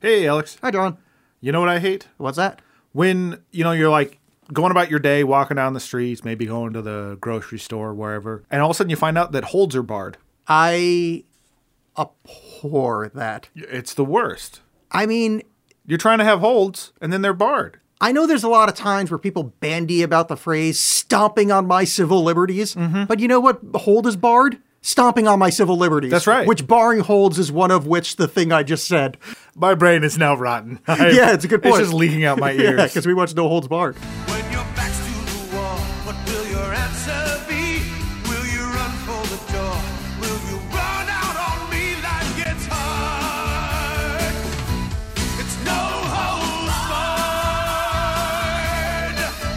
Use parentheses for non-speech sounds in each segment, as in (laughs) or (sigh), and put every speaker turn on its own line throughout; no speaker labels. Hey, Alex.
Hi, John.
You know what I hate?
What's that?
When, you know, you're like going about your day, walking down the streets, maybe going to the grocery store, wherever, and all of a sudden you find out that holds are barred.
I abhor that.
It's the worst.
I mean,
You're trying to have holds and then they're barred.
I know there's a lot of times where people bandy about the phrase stomping on my civil liberties,
Mm-hmm.
but you know what hold is barred? Stomping on my civil liberties.
That's right.
Which barring holds is one of which the thing I just said.
My brain is now rotten.
(laughs) Yeah, it's a good
It's
point.
just leaking out my
(laughs) Yeah,
ears.
because we watched No Holds Barred.
When your back's to the wall, what will your answer be? Will you run for the door? Will you run out on me? That gets hard. It's no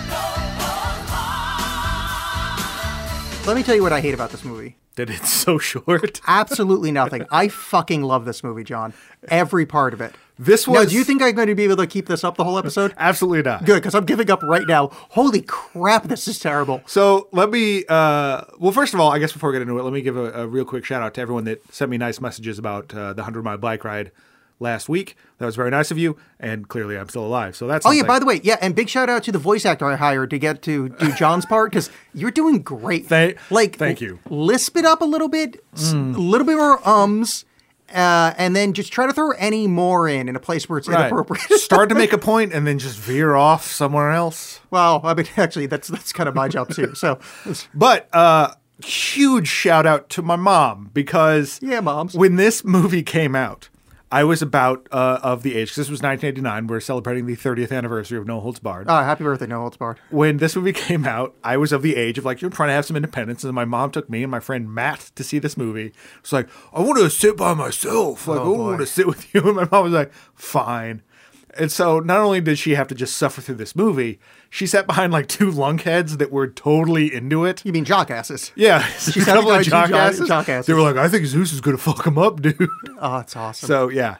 holds barred.
Let me tell you what I hate about this movie.
that it's so (laughs) short.
Absolutely nothing. I fucking love this movie, John. Every part of it.
This was
Now, do you think I'm going to be able to keep this up the whole episode?
absolutely not.
Good, because I'm giving up right now. Holy crap, this is terrible.
So let me. Uh, well, first of all, I guess before we get into it, let me give a, a real quick shout out to everyone that sent me nice messages about uh, the hundred mile bike ride last week. That was very nice of you, and clearly I'm still alive. So that's
Oh yeah, by
something.
the way, yeah, and big shout out to the voice actor I hired to get to do John's part because you're doing great.
Thank-
like,
thank you. Mm.
Lisp it up a little bit, s- a little bit more ums, uh, and then just try to throw any more in in a place where it's
Right.
inappropriate. (laughs)
Start to make a point and then just veer off somewhere else.
well, I mean, (laughs) actually, that's that's kind of my job too. So,
But uh, huge shout out to my mom because
Yeah, moms.
When this movie came out, I was about uh, of the age. 'cause This was 1989. We're celebrating the 30th anniversary of No Holds Barred.
uh, happy birthday, No Holds Barred.
when this movie (laughs) came out, I was of the age of like, you're trying to have some independence. And my mom took me and my friend Matt to see this movie. It's like, I want to sit by myself. Like, I don't want to sit with (laughs) you. And my mom was like, fine. And so not only did she have to just suffer through this movie, she sat behind like two lunkheads that were totally into it.
You mean jockasses?
Yeah. (laughs)
She sat behind two jock- jockasses.
They were like, I think Zeus is going to fuck him up, dude. (laughs)
Oh, that's awesome.
So yeah.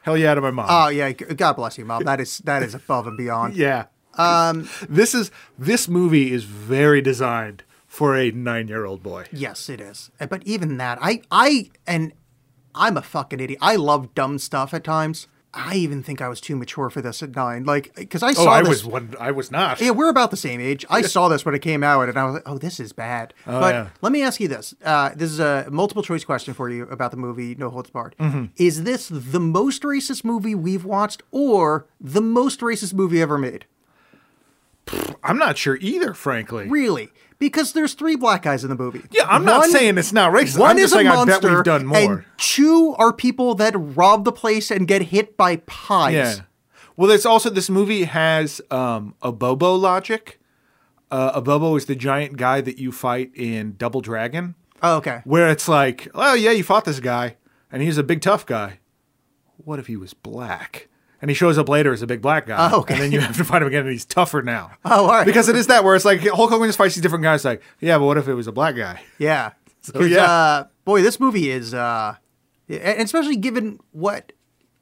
Hell yeah to my mom.
oh yeah, g- God bless you, mom. That is that is above and beyond.
Yeah. Um, this is this movie is very designed for a nine-year-old boy.
Yes, it is. Uh, But even that, I, I, and I'm a fucking idiot. I love dumb stuff at times. I even think I was too mature for this at nine. Like, because I saw
Oh, I
this.
was one. I was not.
Yeah, we're about the same age. I saw this when it came out, and I was like, "Oh, this is bad." but
yeah.
let me ask you this: uh, This is a multiple choice question for you about the movie No Holds Barred.
Mm-hmm.
Is this the most racist movie we've watched, or the most racist movie ever made?
I'm not sure either, frankly.
Really? Because there's three black guys in the movie.
Yeah, I'm not
One-
saying it's not racist.
One
I'm just
is a
saying
monster,
I bet we've done more.
and two are people that rob the place and get hit by pies.
yeah. Well, there's also this movie has um, a Bobo logic. Uh, a Bobo is the giant guy that you fight in Double Dragon,
Oh, okay.
where it's like, oh yeah, you fought this guy, and he's a big tough guy. What if he was black? And he shows up later as a big black guy.
Oh, okay.
And then you have to fight him again, and he's tougher now.
(laughs) Oh, all right.
Because it is that where it's like Hulk Hogan just fights these different guys. Like, yeah, but what if it was a black guy?
Yeah. 'Cause,
yeah.
Uh, boy, this movie is, uh, and and especially given what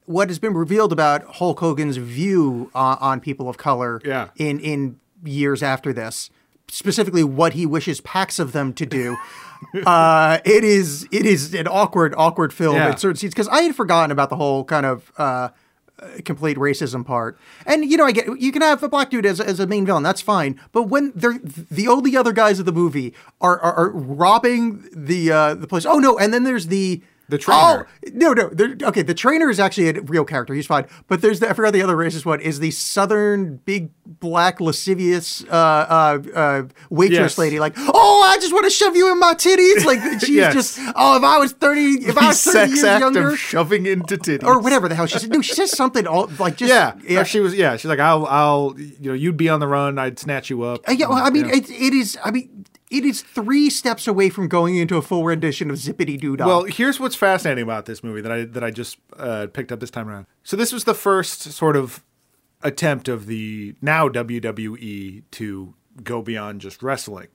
what has been revealed about Hulk Hogan's view uh, on people of color.
Yeah.
In in years after this, specifically what he wishes packs of them to
(laughs)
do. uh, it is it is an awkward awkward film
Yeah.
in certain scenes because I had forgotten about the whole kind of. Uh, complete racism part. And you know, I get you can have a black dude as, as a main villain, that's fine. But when they're the only other guys of the movie are are, are robbing the uh, the place. Oh no! And then there's the
The trainer.
Oh, no, no. there- Okay, the trainer is actually a real character. He's fine. But there's the I forgot the other racist one is the southern big black lascivious uh, uh, uh, waitress
Yes.
lady. Like, oh, I just want to shove you in my
(laughs)
titties. Like she's
Yes.
just oh, if I was thirty, (laughs) if I
The
was thirty
sex
years
act
younger,
of shoving into titties
or whatever the hell she said. No, she says something all like just
Yeah, yeah. She was. Yeah, she's like, I'll, I'll, you know, you'd be on the run. I'd snatch you up.
Uh, yeah, well, I mean,
Yeah.
It, it is. I mean, it is three steps away from going into a full rendition of Zippity Doo Dah.
Well, here's what's fascinating about this movie that I that I just uh, picked up this time around. So this was the first sort of attempt of the now WWE to go beyond just wrestling,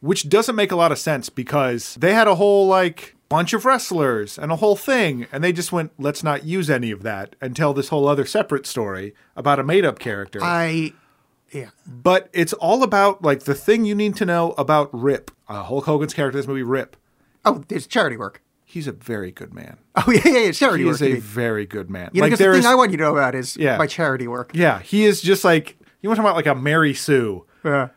which doesn't make a lot of sense because they had a whole like bunch of wrestlers and a whole thing, and they just went, let's not use any of that and tell this whole other separate story about a made up character.
I, yeah,
but it's all about like the thing you need to know about Rip, uh, Hulk Hogan's character in this movie, Rip.
oh, there's charity work.
he's a very good man.
Oh (laughs) yeah, yeah, yeah. Charity
He
work.
is a
You, mean.
very good man.
You know, 'cause the
there
thing
is-
I want you to know about is
Yeah.
my charity work.
yeah, he is just like you want to talk about like a Mary Sue.
Yeah.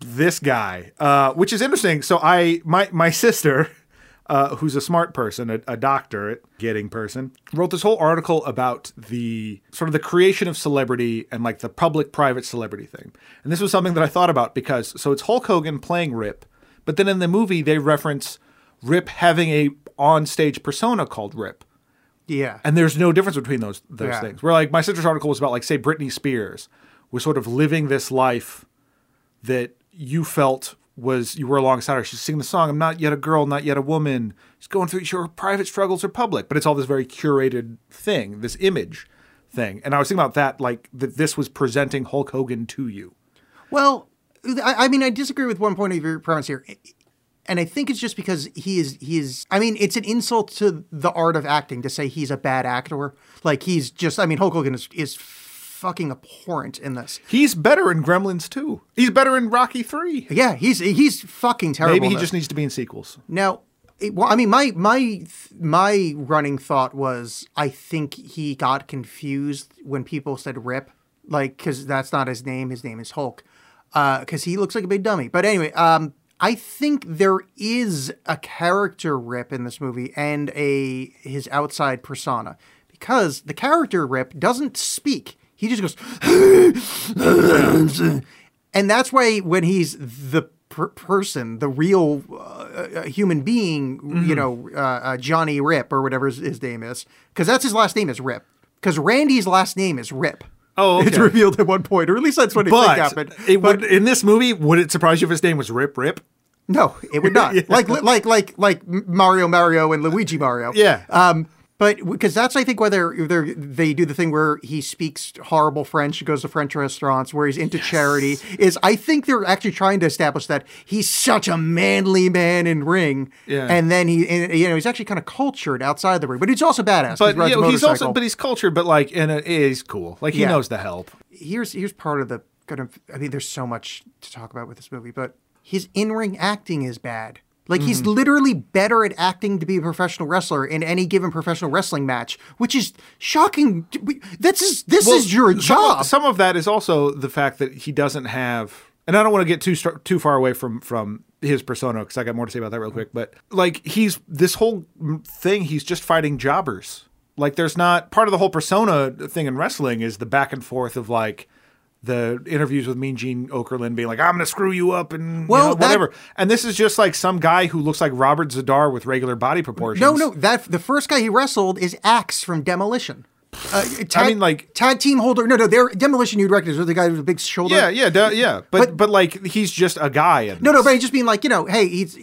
this guy, uh, which is interesting. So I, my, my sister, (laughs) uh, who's a smart person, a, a doctorate getting person, wrote this whole article about the sort of the creation of celebrity and like the public-private celebrity thing. And this was something that I thought about because so it's Hulk Hogan playing Rip, but then in the movie they reference Rip having a on-stage persona called Rip.
yeah.
And there's no difference between those those
Yeah.
things. Where like my sister's article was about like say Britney Spears was sort of living this life that you felt was you were alongside her. She's singing the song, I'm not yet a girl, not yet a woman. She's going through her private struggles are public, but it's all this very curated thing, this image thing. And I was thinking about that, like that this was presenting Hulk Hogan to you.
Well, I, I mean, I disagree with one point of your premise here, and I think it's just because he is he is. I mean, it's an insult to the art of acting to say he's a bad actor. Like he's just. I mean, Hulk Hogan is is fucking abhorrent in this.
He's better in Gremlins 2. He's better in Rocky 3.
Yeah, he's he's fucking terrible.
Maybe
in
he
this.
just needs to be in sequels.
Now, it, well, I mean, my my th- my running thought was I think he got confused when people said Rip, like because that's not his name. His name is Hulk, because he looks like a big dummy. But anyway, um, I think there is a character Rip in this movie and a his outside persona because the character Rip doesn't speak. He just goes, (clears throat) and that's why when he's the per- person, the real uh, uh, human being,
Mm-hmm.
you know, uh, uh, Johnny Rip or whatever his, his name is, because that's his last name is Rip. Because Randy's last name is Rip.
(laughs) Oh,
It's
okay.
revealed at one point, or at least that's what it
But
happened.
it would in this movie, would it surprise you if his name was Rip Rip?
No, it
(laughs)
would not. Like like like like Mario Mario and Luigi Mario.
Yeah.
Um, but because that's I think why they're, they're they do the thing where he speaks horrible French, goes to French restaurants, where he's into charity. Is I think they're actually trying to establish that he's such a manly man in ring.
Yeah.
And then he and, you know he's actually kind of cultured outside the ring, but he's also badass.
But
'cause he rides a
you know, he's also
motorcycle.
but he's cultured, but like and uh, he's cool. Like he
Yeah.
knows the help.
here's here's part of the kind of I mean, there's so much to talk about with this movie, but his in-ring acting is bad. Like he's
Mm-hmm.
literally better at acting to be a professional wrestler in any given professional wrestling match, which is shocking. We- This is this is your
Well, some of-
job.
Some of that is also the fact that he doesn't have, and I don't want to get too str- too far away from from his persona because I got more to say about that real quick. But like he's this whole m- thing, he's just fighting jobbers. Like there's not part of the whole persona thing in wrestling is the back and forth of like the interviews with Mean Gene Okerlund being like, "I'm gonna screw you up" and you
Well,
know,
that-
whatever. And this is just like some guy who looks like Robert Zadar with regular body proportions.
no, no, that the first guy he wrestled is Axe from Demolition. Uh, tag,
mean, like-
tag team holder. No, no, they're Demolition. You'd recognize the guy with the big shoulder.
Yeah, yeah, duh, yeah. But, but like he's just a guy. In
No, no,
this.
but I just mean like you know, hey, he's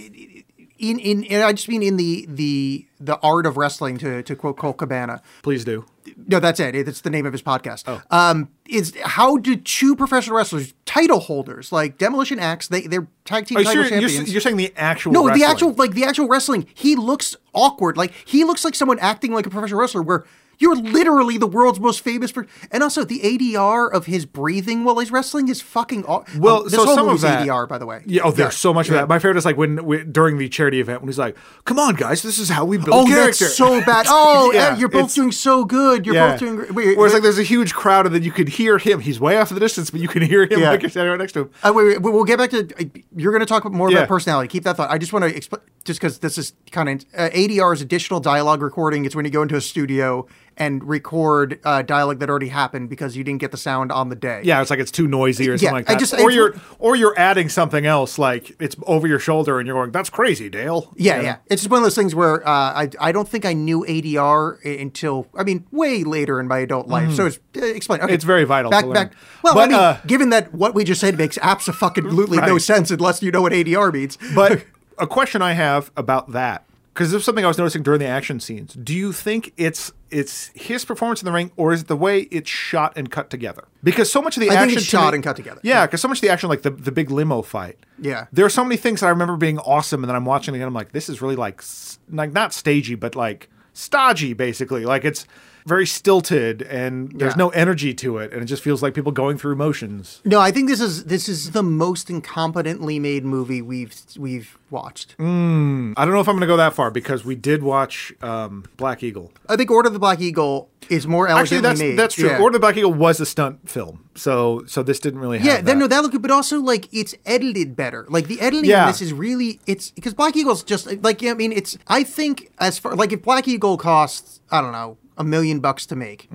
in in. And I just mean in the the the art of wrestling to to quote Cole Cabana.
please do.
No, that's it. It's the name of his podcast. Oh. Um, is how do two professional wrestlers, title holders like Demolition Axe, they they're tag team
Are you
title
sure- you're,
champions.
s- you're saying the actual?
no,
wrestling.
the actual like the actual wrestling. He looks awkward. Like he looks like someone acting like a professional wrestler. Where you're literally the world's most famous. Per- and also the ADR of his breathing while he's wrestling is fucking. Aw-
Well,
um, this
so
whole
some of
movie's
that
ADR, by the way.
Yeah, oh, there's
Yeah.
so much of that. My favorite is like when, when during the charity event when he's like, "Come on, guys, this is how we build
Oh,
character." (laughs)
that's so bad. Oh,
Yeah,
Ed, you're both
it's-
doing so good. You're
yeah.
both doing great. Wait,
Whereas
wait,
like there's a huge crowd and then you could hear him. He's way off in the distance, but you can hear him
Yeah.
like you're standing right next to him.
uh, wait, wait, we'll get back to. uh, You're going to talk more
Yeah.
about personality. Keep that thought. I just want to explain, just because this is kind of uh, ADR is additional dialogue recording. It's when you go into a studio and record uh, dialogue that already happened because you didn't get the sound on the day.
Yeah, it's like it's too noisy or something
Yeah,
like
I
that.
just-
or
it's-
you're or you're adding something else like it's over your shoulder and you're going, "That's crazy, Dale."
Yeah,
You
yeah.
know?
It's just one of those things where uh, I I don't think I knew ADR i- until I mean way later in my adult life. So it's uh, explain. Okay.
Mm-hmm. It's very vital to
Back
learn.
back. Well, I
But,
mean,
uh,
given that what we just said makes absolutely no
Right.
sense unless you know what ADR means. (laughs)
But a question I have about that because this was something I was noticing during the action scenes. Do you think it's it's his performance in the ring, or is it the way it's shot and cut together? Because so much of the
I think
action
it's
to
shot
me-
and cut together.
Yeah, because so much of the action, like the the big limo fight.
Yeah.
there are so many things that I remember being awesome, and then I'm watching it, and I'm like, this is really like s- like not stagey, but like stodgy, basically. Like it's very stilted and there's
Yeah.
no energy to it. And it just feels like people going through motions.
No, I think this is this is the most incompetently made movie we've we've watched.
Mm. I don't know if I'm going to go that far because we did watch um, Black Eagle.
I think Order of the Black Eagle is more elegantly
Actually, that's
made.
that's true.
Yeah.
Order of the Black Eagle was a stunt film, so so this didn't really. Have
yeah, then no,
that.
that looked good, but also like it's edited better. Like the editing
Yeah.
of this is really it's because Black Eagle's just like yeah, I mean it's I think as far like if Black Eagle costs I don't know a million bucks to make,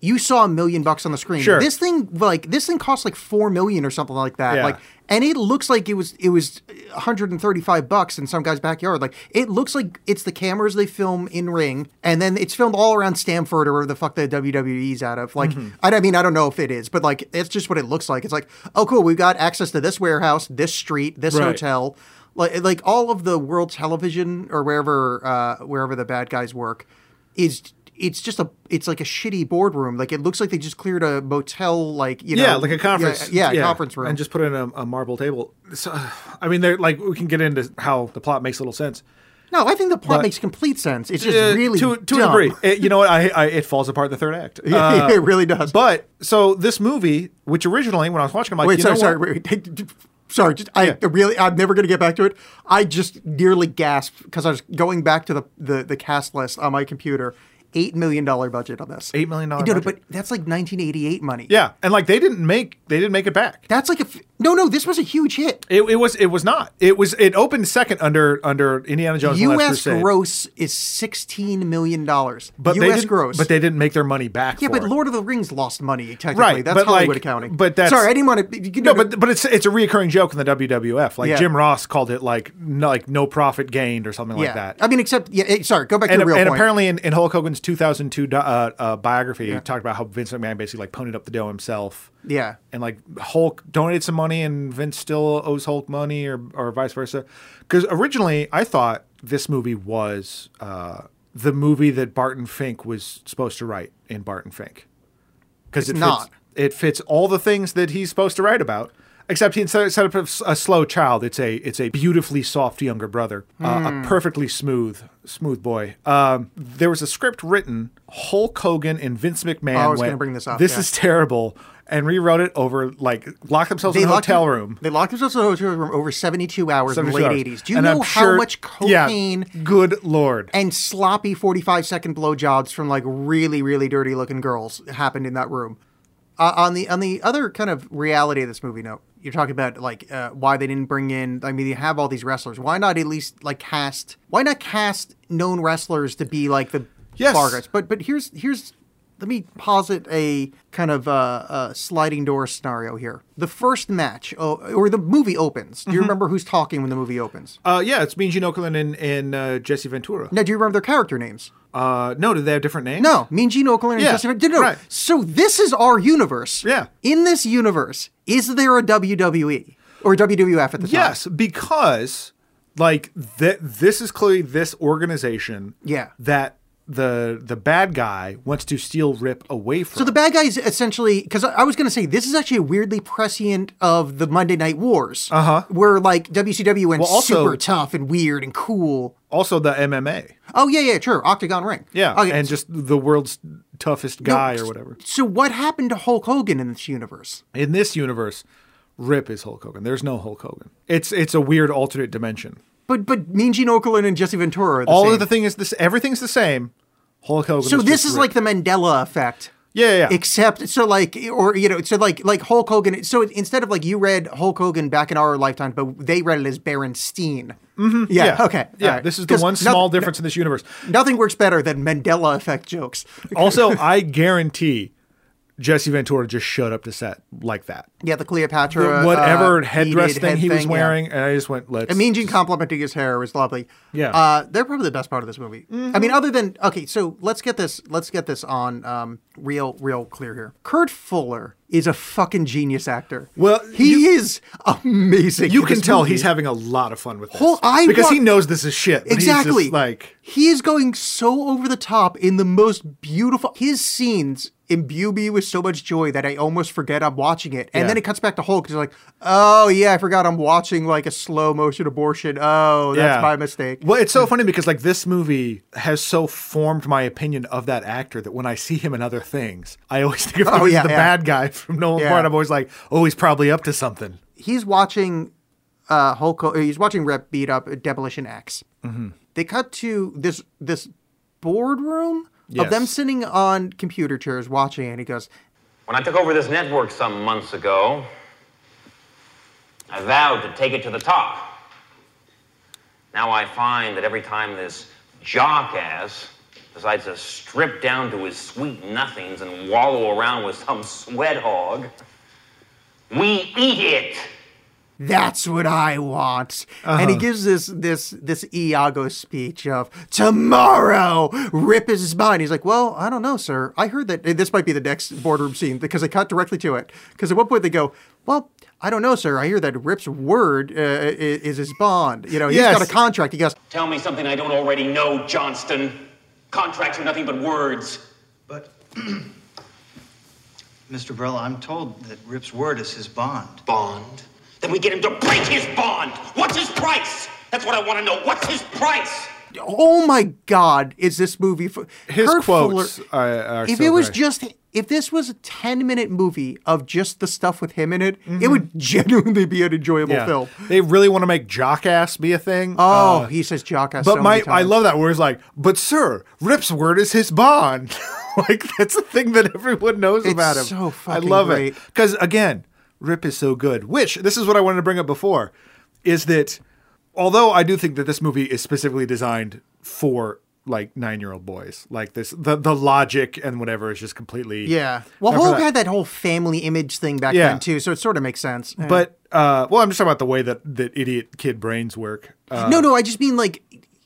you saw a million bucks on the screen.
Mm-hmm. Sure.
This thing like this thing costs like four million or something like that.
Yeah.
Like and it looks like it was it was 135 bucks in some guy's backyard. Like it looks like it's the cameras they film in Ring, and then it's filmed all around Stamford or wherever the fuck the WWE's out of.
Mm-hmm.
Like I, I mean I don't know if it is, but like that's just what it looks like. It's like oh cool, we've got access to this warehouse, this street, this
Right.
hotel. Like, like all of the world television or wherever uh, wherever the bad guys work is it's just a it's like a shitty boardroom like it looks like they just cleared a motel like you know
yeah, like a conference.
yeah, yeah, conference room
and just put in a, a marble table. So, I mean, they're like we can get into how the plot makes little sense.
No, I think the plot
But-
makes complete sense. It's just
Uh,
really
to to
dumb.
a degree. It- you know what? I, I it falls apart in the third act. Uh,
(laughs) it really does.
but so this movie, which originally when I was watching, I'm like,
wait,
you
sorry,
know
sorry,
what?
wait, wait. sorry. Just I really, I'm never going to get back to it. I just nearly gasped because I was going back to the, the the cast list on my computer. Eight million dollar budget on this.
$8 million
No, no,
budget.
but that's like 1988 money.
Yeah, and like they didn't make they didn't make it back.
that's like a f- no, no. This was a huge hit.
It, it was it was not. It was it opened second under under Indiana Jones. and the Last
U.S.
Crusade.
gross is 16 million dollars.
but they
U.S.
didn't-
gross.
But they didn't make their money back.
yeah,
for
but
it.
Lord of the Rings lost money technically.
Right,
that's
but,
Hollywood
like,
accounting.
but that's-
sorry, I didn't want to.
No, but but it's it's a reoccurring joke in the WWF. Like
Yeah.
Jim Ross called it like no, like no profit gained or something like that.
I mean, except yeah. eh, Sorry, go back
and
to the real
and
point.
apparently in, in Hulk Hogan's 2002 do- uh, uh, biography, he talked about how Vince McMahon basically like ponied up the dough himself.
Yeah.
And like Hulk donated some money and Vince still owes Hulk money or, or vice versa. Because originally I thought this movie was uh, the movie that Barton Fink was supposed to write in Barton Fink. Because it
not.
Fits, it fits all the things that he's supposed to write about. Except he instead instead of a s- a slow child, it's a it's a beautifully soft younger brother,
Hmm.
uh, a perfectly smooth smooth boy. Um, there was a script written. Hulk Hogan and Vince McMahon.
Oh, I was
went,
gonna bring this up,
This
yeah."
is terrible, and rewrote it over like locked themselves in a
locked
hotel
them-
room.
They locked themselves in a hotel room over seventy-two hours in the
72
late
hours.
eighties. Do you
And I'm
know how
sure-
much
yeah,
cocaine
good lord.
and sloppy forty-five second blowjobs from like really, really dirty-looking girls happened in that room? Uh, on the on the other kind of reality of this movie, note you're talking about like uh, why they didn't bring in. I mean, you have all these wrestlers. Why not at least like cast? Why not cast known wrestlers to be like the
Yes.
targets? But but here's here's let me posit a kind of uh, uh, sliding door scenario here. The first match, oh, or the movie opens. Do you remember who's talking when the movie opens?
Uh, yeah, it's me, Gene Okerlund, and, and uh, Jesse Ventura.
Now, do you remember their character names?
Uh, no, do they have different names?
No, Mean Gene Okerlund and
Yeah,
Jesse Ventura. No, no.
right.
So this is our universe.
Yeah.
In this universe, is there a WWE or WWF at the time?
Yes, because like th- this is clearly this organization.
Yeah.
That the the bad guy wants to steal Rip away from.
So the bad guys essentially, because I I was going to say this is actually a weirdly prescient of the Monday Night Wars, uh-huh. where like WCW went
Well, also-
super tough and weird and cool.
also the MMA.
Oh yeah, yeah, sure, Octagon Ring.
Yeah,
Okay,
and
so-
just the world's toughest guy
so-
or whatever.
So what happened to Hulk Hogan in this universe?
In this universe, Rip is Hulk Hogan. There's no Hulk Hogan. It's it's a weird alternate dimension.
But but Mean Gene Okerlund and Jesse Ventura are the
All
same.
of the thing is this. Everything's the same. Hulk Hogan.
so this
just
is
Rip.
like the Mandela effect.
yeah yeah. yeah.
Except so like or you know so like like Hulk Hogan so instead of like you read Hulk Hogan back in our lifetime but they read it as Baron Steen. Mm-hmm. Yeah, Okay.
Yeah.
alright.
This is the
'Cause
one
noth-
small difference in this universe.
Nothing works better than Mandela effect jokes.
Also, I guarantee Jesse Ventura just showed up to set like that.
Yeah, the Cleopatra,
Whatever
uh,
headdress
beaded
thing
head
he was
yeah.
wearing, and I just went, let's.
And Mean Gene complimenting his hair was lovely.
Yeah.
uh, they're probably the best part of this movie. I mean, other than okay, so let's get this let's get this on um, real real clear here. Kurt Fuller is a fucking genius actor.
Well,
he
you-
is amazing.
you
in
can
this
tell
movie.
he's having a lot of fun with this.
Whole- I
because he
want-
knows this is shit. but he's just
Exactly.
like,
he is going so over the top in the most beautiful. His scenes imbue me with so much joy that I almost forget I'm watching it. And
Yeah.
then it cuts back to Hulk. It's like, oh yeah, I forgot I'm watching like a slow motion abortion. Oh, that's my mistake.
Well, it's so funny because like this movie has so formed my opinion of that actor that when I see him in other things, I always think of him
Oh,
as
yeah,
the
yeah.
bad guy from Nolan
Yeah.
Part. I'm always like, oh, he's probably up to something.
he's watching uh Hulk Ho- he's watching Rep beat up Demolition X.
Mm-hmm.
They cut to this this boardroom of
Yes.
them sitting on computer chairs watching it. And he goes,
When I took over this network some months ago, I vowed to take it to the top. Now I find that every time this jockass decides to strip down to his sweet nothings and wallow around with some sweat hog, we eat it.
"That's what I want." And
Uh-huh.
he gives this this this Iago speech of tomorrow Rip is his mind. He's like, "Well, I don't know, sir. I heard that and this might be the next boardroom scene because they cut directly to it. Because at one point they go, "Well." I don't know, sir. I hear that Rip's word uh, i- is his bond. You know, he's
Yes.
got a contract. He goes,
Tell me something I don't already know, Johnston. Contracts are nothing but words.
But, (clears throat) Mr. Brella, I'm told that Rip's word is his bond.
Bond. Then we get him to break his bond. What's his price? That's what I want to know. What's his price?
oh my god is this movie for
His quotes are- are
if
so
it was
great.
just if this was a 10 minute movie of just the stuff with him in it it
Mm-hmm.
would genuinely be an enjoyable film
They really want to make jockass be a thing.
oh
Uh,
he says jockass
but
so
my
many
I
times.
love that where it's like, but sir, Rip's word is his bond. (laughs) like that's a thing that everyone knows
It's
about him.
so
I
fucking
love
great.
it because again, Rip is so good. Which this is what I wanted to bring up before, is that although I do think that this movie is specifically designed for like nine year old boys, like this the the logic and whatever is just completely
yeah well
not for
Hulk
that.
had that whole family image thing back
Yeah.
then too so it sort of makes sense Yeah.
But uh, well, I'm just talking about the way that that idiot kid brains work. Uh,
no no I just mean like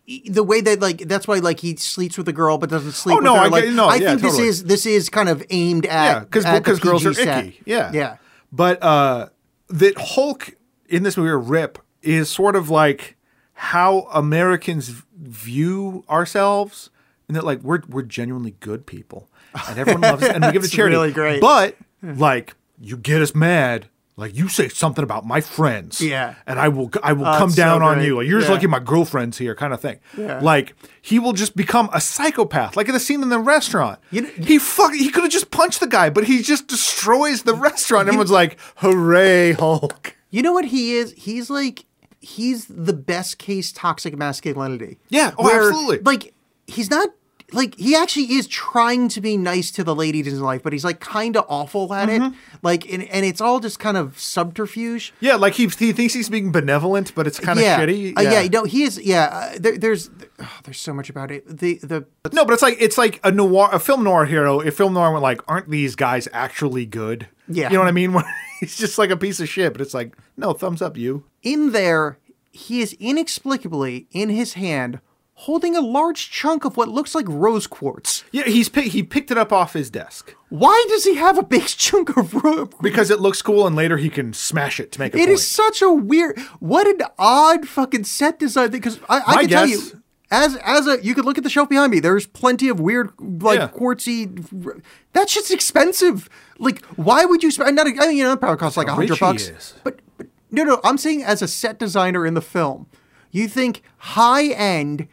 e- the way that like that's why like he sleeps with a girl but doesn't sleep
Oh,
with
no,
her
I
like
get- no,
I
yeah,
think
totally.
this is this is kind of aimed
yeah,
at
because
at the
girls are
PG set.
icky. Yeah,
yeah
But uh, that Hulk in this movie or Rip is sort of like how Americans v- view ourselves, and that like we're we're genuinely good people, and everyone loves us,
(laughs)
and we give to
That's
charity.
really great.
But like you get us mad. Like you say something about my friends,
Yeah.
and I will I will
Oh,
come
it's so
down on
great.
you. Like, you're just
Yeah.
lucky my girlfriend's here, kind of thing.
Yeah.
Like he will just become a psychopath, like in the scene in the restaurant.
You know-
he fuck. He could have just punched the guy, but he just destroys the restaurant. Everyone's like, "Hooray, Hulk!"
You know what he is? He's like he's the best case toxic masculinity.
Yeah. Oh, absolutely.
Like he's not like he actually is trying to be nice to the ladies in his life, but he's like kind of awful at it.
Mm-hmm.
Like and, and it's all just kind of subterfuge.
Yeah, like he he thinks he's being benevolent, but it's kind of
yeah.
shitty.
Uh, yeah. No, he is. Yeah. Uh, there, there's oh, there's so much about it. The the
No, but it's like it's like a noir, a film noir hero. If film noir went like, "Aren't these guys actually good?"
Yeah.
you know what I mean. (laughs) Where he's just like a piece of shit, but it's like, no, thumbs up, you.
in there, he is inexplicably in his hand holding a large chunk of what looks like rose quartz.
Yeah, he's pi- he picked it up off his desk
Why does he have a big (laughs) chunk of ro-
because it looks cool, and later he can smash it to make a
It
point.
is such a weird. What an odd fucking set design. Because I, I
My
can tell you,
guess-
as as a you could look at the shelf behind me. There's plenty of weird, like
Yeah.
quartzy. That shit's expensive. Like, why would you spend? Not, I mean, you know, that probably costs like a
how rich
hundred
he
bucks.
is.
But, but no, no. I'm saying as a set designer in the film, you think high end.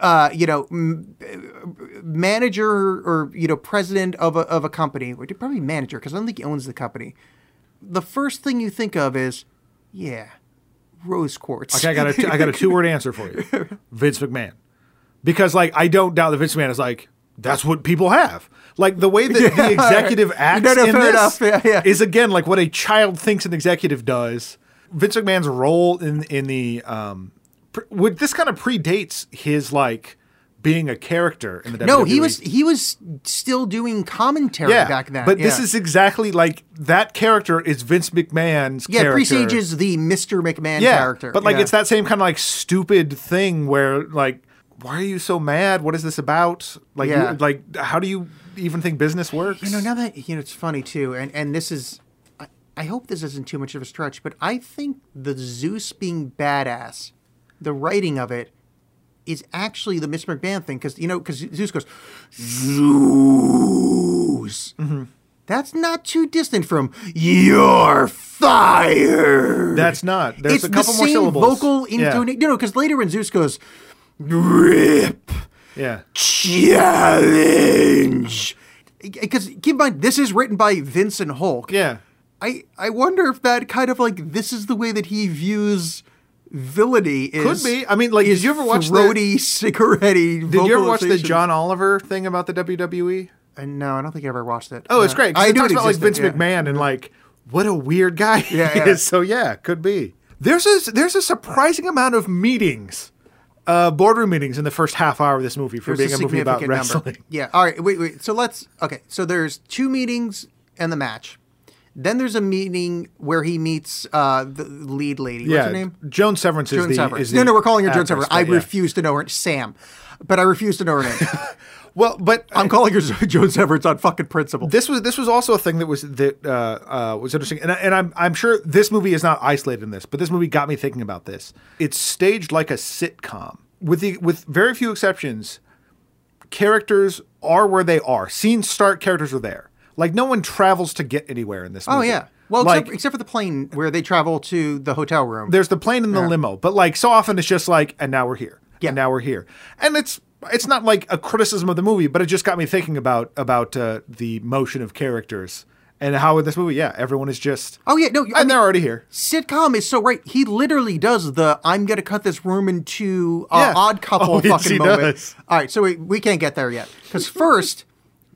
Uh, you know, m- manager or you know president of a of a company, or probably manager because I don't think he owns the company the first thing you think of is, yeah, rose quartz.
Okay, I got a t- I got a two word answer for
(laughs)
you, Vince McMahon, because like I don't doubt that Vince McMahon is like that's what people have. Like the way that
(laughs)
the executive acts
No, no,
in
fair
this
enough. Yeah, yeah.
is again like what a child thinks an executive does. Vince McMahon's role in in the um, pr- would this kind of predates his like being a character in the E WWE.
no, he was he was still doing commentary
yeah
back then.
But this
yeah.
is exactly like that character is Vince McMahon's
yeah,
character.
presages the Mister McMahon character.
But like
yeah.
it's that same kind of like stupid thing where like why are you so mad? What is this about? Like
Yeah.
you, like how do you even think business works?
You know, now that you know, it's funny too, and and this is, I, I hope this isn't too much of a stretch, but I think the Zeus being badass, the writing of it, is actually the Miss McMahon thing because you know because Zeus goes, Zeus,
Mm-hmm.
That's not too distant from "You're fired."
That's not. There's
it's
a couple
the
more
same
syllables.
vocal
Yeah.
intonation. No, because later when Zeus goes, "Rip."
Yeah.
challenge. Because keep in mind, this is written by Vincent Hulk.
Yeah.
I, I wonder if that kind of like this is the way that he views villainy. Is,
be. I mean, like,
is
did you ever watch the-
throaty, cigarette-y
Did you ever watch the John Oliver thing about the E? WWE?
Uh, no, I don't think I ever watched it.
Oh, it's great. 'cause
I
it
knew
talks
it
about like Vince
existed, yeah.
McMahon and like what a weird guy he
Yeah, yeah.
is. (laughs) So yeah, could be. There's a there's a surprising amount of meetings, uh, boardroom meetings in the first half hour of this movie for
There's
being a, movie about
significant number.
wrestling.
Yeah. All right. Wait. Wait. So let's. Okay. So there's two meetings and the match. Then there's a meeting where he meets uh, the lead lady.
yeah,
What's her name?
Joan Severance is
Joan
the
Severance.
is
no,
the
no, we're calling her Joan
actress,
Severance.
but
I
yeah.
refuse to know her Sam, but I refuse to know her name.
Well, but
I'm calling her (laughs) Joan Severance on fucking principle.
this was this was also a thing that was that uh, uh, was interesting, and, I- and I'm I'm sure this movie is not isolated in this, but this movie got me thinking about this. It's staged like a sitcom, with the with very few exceptions. Characters are where they are. Scenes start. Characters are there. Like no one travels to get anywhere in this.
oh
movie.
yeah. Well,
like
except, except for the plane where they travel to the hotel room.
there's the plane and the limo, but like so often it's just like, and now we're here.
Yeah.
And now we're here, and it's it's not like a criticism of the movie, but it just got me thinking about about uh, the motion of characters and how in this movie, yeah, everyone is just
Oh yeah, no, I
and
mean,
they're already here.
sitcom is so right. He literally does the "I'm gonna cut this room into
Yeah.
uh, odd (laughs) couple
Oh, yes,
fucking
he
moment."
does.
All right, so we, we can't get there yet because first,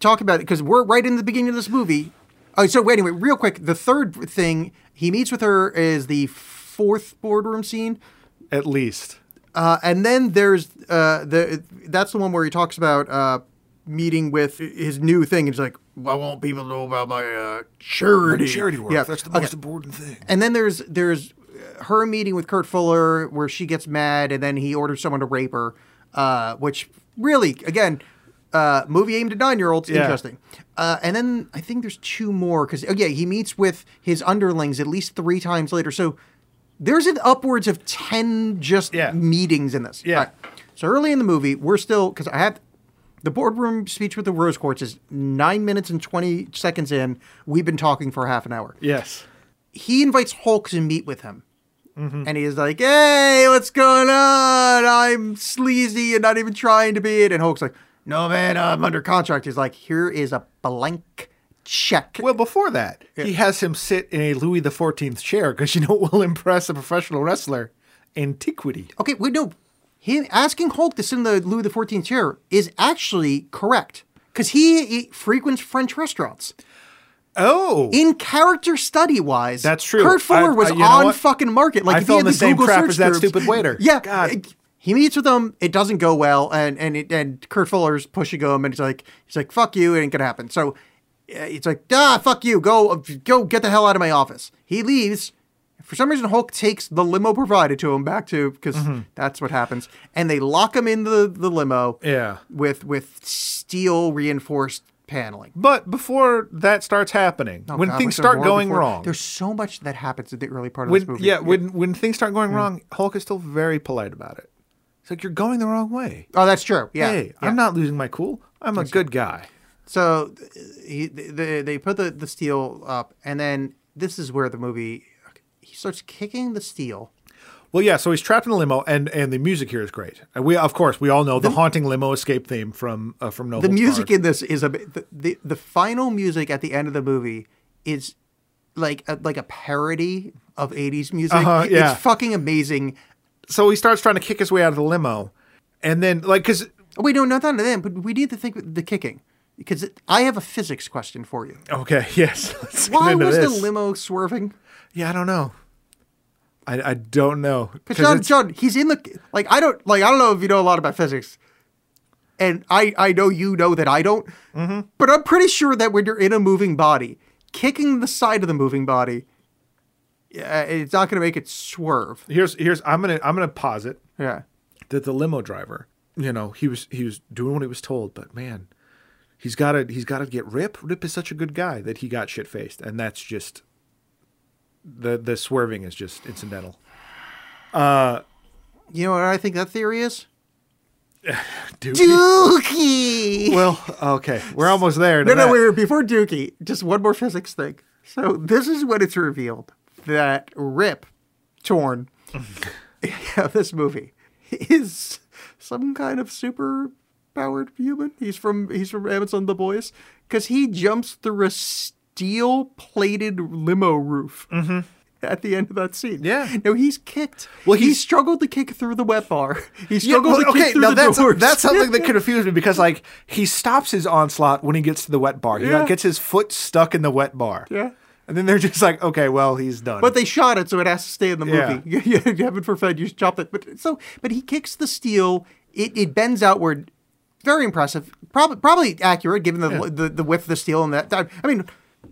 talk about it because we're right in the beginning of this movie. Oh, so wait, anyway, real quick, the third thing he meets with her is the fourth boardroom scene.
At least
Uh, and then there's uh, the that's the one where he talks about uh, meeting with his new thing. He's like, "I want people to know about my uh, charity, Yeah. Okay.
important thing.
And then there's there's her meeting with Kurt Fuller where she gets mad and then he orders someone to rape her, uh, which really again. Uh, movie aimed at nine year olds.
Yeah.
Interesting. Uh, and then I think there's two more because, oh, yeah, he meets with his underlings at least three times later. So there's an upwards of 10 just
Yeah.
meetings in this.
Yeah.
All So early in the movie, we're still, because I have the boardroom speech with the Rose Quartz is nine minutes and 20 seconds in. We've been talking for half an hour
Yes.
he invites Hulk to meet with him. And he's like, hey, what's going on? I'm sleazy and not even trying to be it. And Hulk's like, no, man, I'm under contract. He's like, here is a blank check.
Well, before that, he has him sit in a Louis the Fourteenth chair because you know what will (laughs) impress a professional wrestler? Antiquity.
okay, wait, no. Him asking Hulk to send the Louis XIV chair is actually correct because he, he frequents French restaurants.
Oh,
In character study wise,
That's true.
Kurt Fuller
I-
was
I- you know
on
what?
fucking market. Like
I
if
fell
he
in
had
the same
Google
trap
search
as that
groups-
stupid waiter.
Yeah,
God.
it- he meets with them. It doesn't go well, and and it, and Kurt Fuller's pushing him, and he's like, he's like, "Fuck you, it ain't gonna happen." So uh, it's like, "Ah, fuck you, go go get the hell out of my office." He leaves. For some reason, Hulk takes the limo provided to him back to because
Mm-hmm.
that's what happens, and they lock him in the, the limo.
Yeah.
with with steel reinforced paneling.
but before that starts happening,
Oh,
when
God,
things
was there
start
more
going
before-
wrong,
There's so much that happens in the early part of
when,
this movie. Mm.
Yeah, when when things start going wrong, Hulk is still very polite about it. It's like you're going the wrong way.
oh, that's true. Yeah,
hey,
yeah.
I'm not losing my cool. I'm a good guy.
So uh, he, they, they put the, the steel up, and then this is where the movie he starts kicking the steel.
Well, yeah. So he's trapped in a limo, and and the music here is great. And we, of course, we all know the, haunting limo escape theme from uh, from No.
The
Holds
music
Barred.
in this is a bit- the, the the final music at the end of the movie is like a, like a parody of 80s music.
Uh-huh, yeah.
It's fucking amazing.
so he starts trying to kick his way out of the limo, and then like because
Oh, wait, no, not that then, but we need to think of the kicking because I have a physics question for you.
okay, (laughs) yes. Let's get
Why
into
was the
this.
limo swerving?
Yeah, I don't know. I, I don't know.
But
'Cause
John,
it's-
John, he's in the like I don't like I don't know if you know a lot about physics, and I I know you know that I don't, but I'm pretty sure that when you're in a moving body, kicking the side of the moving body, yeah, it's not going to make it swerve.
here's here's I'm gonna I'm gonna pause it.
Yeah,
that the limo driver, you know, he was he was doing what he was told, but man, he's got to he's got to get Rip. Rip is such a good guy that he got shit faced, and that's just the the swerving is just incidental.
you know what I think that theory is.
Dookie.
Dookie.
Well, okay, we're almost there. to
No, no,
that.
wait, wait, before Dookie, just one more physics thing. So this is when it's revealed that Rip Torn (laughs) of this movie is some kind of super powered human. He's from he's from Amazon the Boys because he jumps through a steel plated limo roof. At the end of that scene,
Mm-hmm. Yeah.
No, he's kicked.
Well,
Well, he
he's-
struggled to kick through the wet bar. He
Yeah,
struggled
well,
to kick
okay,
through
now
the
that's
doors.
that's
(laughs)
something that confused me because like he stops his onslaught when he gets to the wet bar. He like,
Yeah.
gets his foot stuck in the wet bar.
Yeah.
and then they're just like, okay, well he's done.
But they shot it, so it has to stay in the
Yeah.
movie. (laughs) You, you have it for fed. You chopped it, but so but he kicks the steel. It, it bends outward. Very impressive. Probably probably accurate given the, the the width of the steel and that. that- I mean,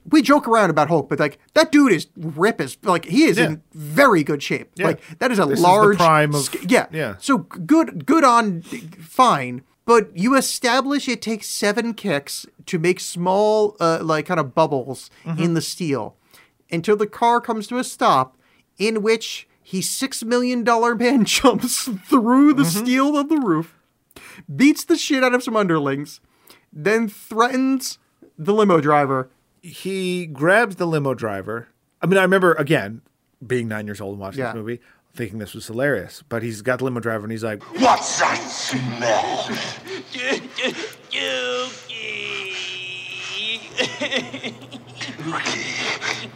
we joke around about Hulk, but like that dude is rip is like he is
Yeah.
in very good shape.
Yeah.
Like that is a
This is the
large
prime of-
sc- yeah
yeah.
So good good on fine. But you establish it takes seven kicks to make small, uh, like kind of bubbles
Mm-hmm.
in the steel until the car comes to a stop, in which he six million dollar man (laughs) jumps through the
Mm-hmm.
steel of the roof, beats the shit out of some underlings, then threatens the limo driver.
he grabs the limo driver. I mean, I remember again being nine years old and watching
Yeah.
this movie, thinking this was hilarious. But he's got the limo driver and he's like,
What's that smell?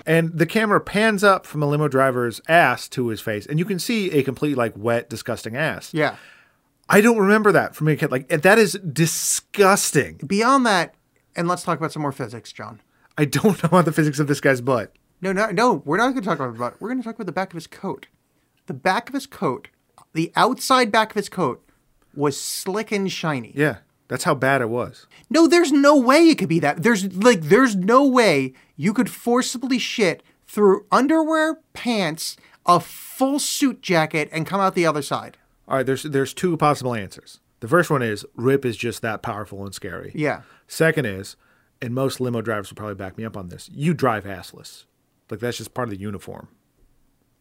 and the camera pans up from the limo driver's ass to his face, and you can see a complete like wet, disgusting ass.
Yeah.
I don't remember that from being a kid. Like that is disgusting.
Beyond that, and let's talk about some more physics, John.
I don't (laughs) know about the physics of this guy's butt.
No, no, no. We're not going to talk about his butt. We're going to talk about the back of his coat. The back of his coat, the outside back of his coat, was slick and shiny.
Yeah, that's how bad it was.
No, there's no way it could be that. There's like, there's no way you could forcibly shit through underwear, pants, a full suit jacket, and come out the other side.
All right, there's there's two possible answers. The first one is Rip is just that powerful and scary.
Yeah.
Second is, and most limo drivers will probably back me up on this. You drive assless, like that's just part of the uniform.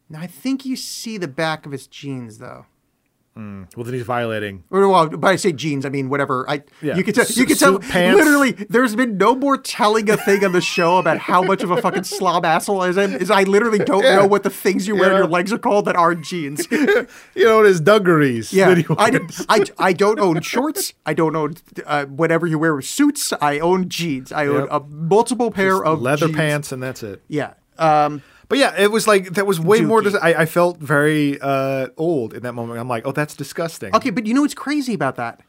Now I think you see the back of his jeans though.
Well, then he's violating.
Or well, by I say jeans, I mean whatever. I
Yeah.
you can tell
Su-
you can tell
suit, pants.
literally there's been no more telling a thing on the show about how much of a fucking slob asshole I am is I literally don't know what the things you wear on
Yeah.
your legs are called that
(laughs)
aren't jeans.
You know, his dungarees. (laughs)
Yeah,
that he
I,
wears.
don't- I, I don't own shorts. I don't own uh, whatever you wear with suits. I own jeans. I own
Yep.
a multiple pair of
leather
jeans.
pants, and that's it.
Yeah. Um,
But yeah, it was like that was way more.
Dookie.
Dis- I, I felt very uh, old in that moment. I'm like, oh, that's disgusting.
okay, but you know what's crazy about that?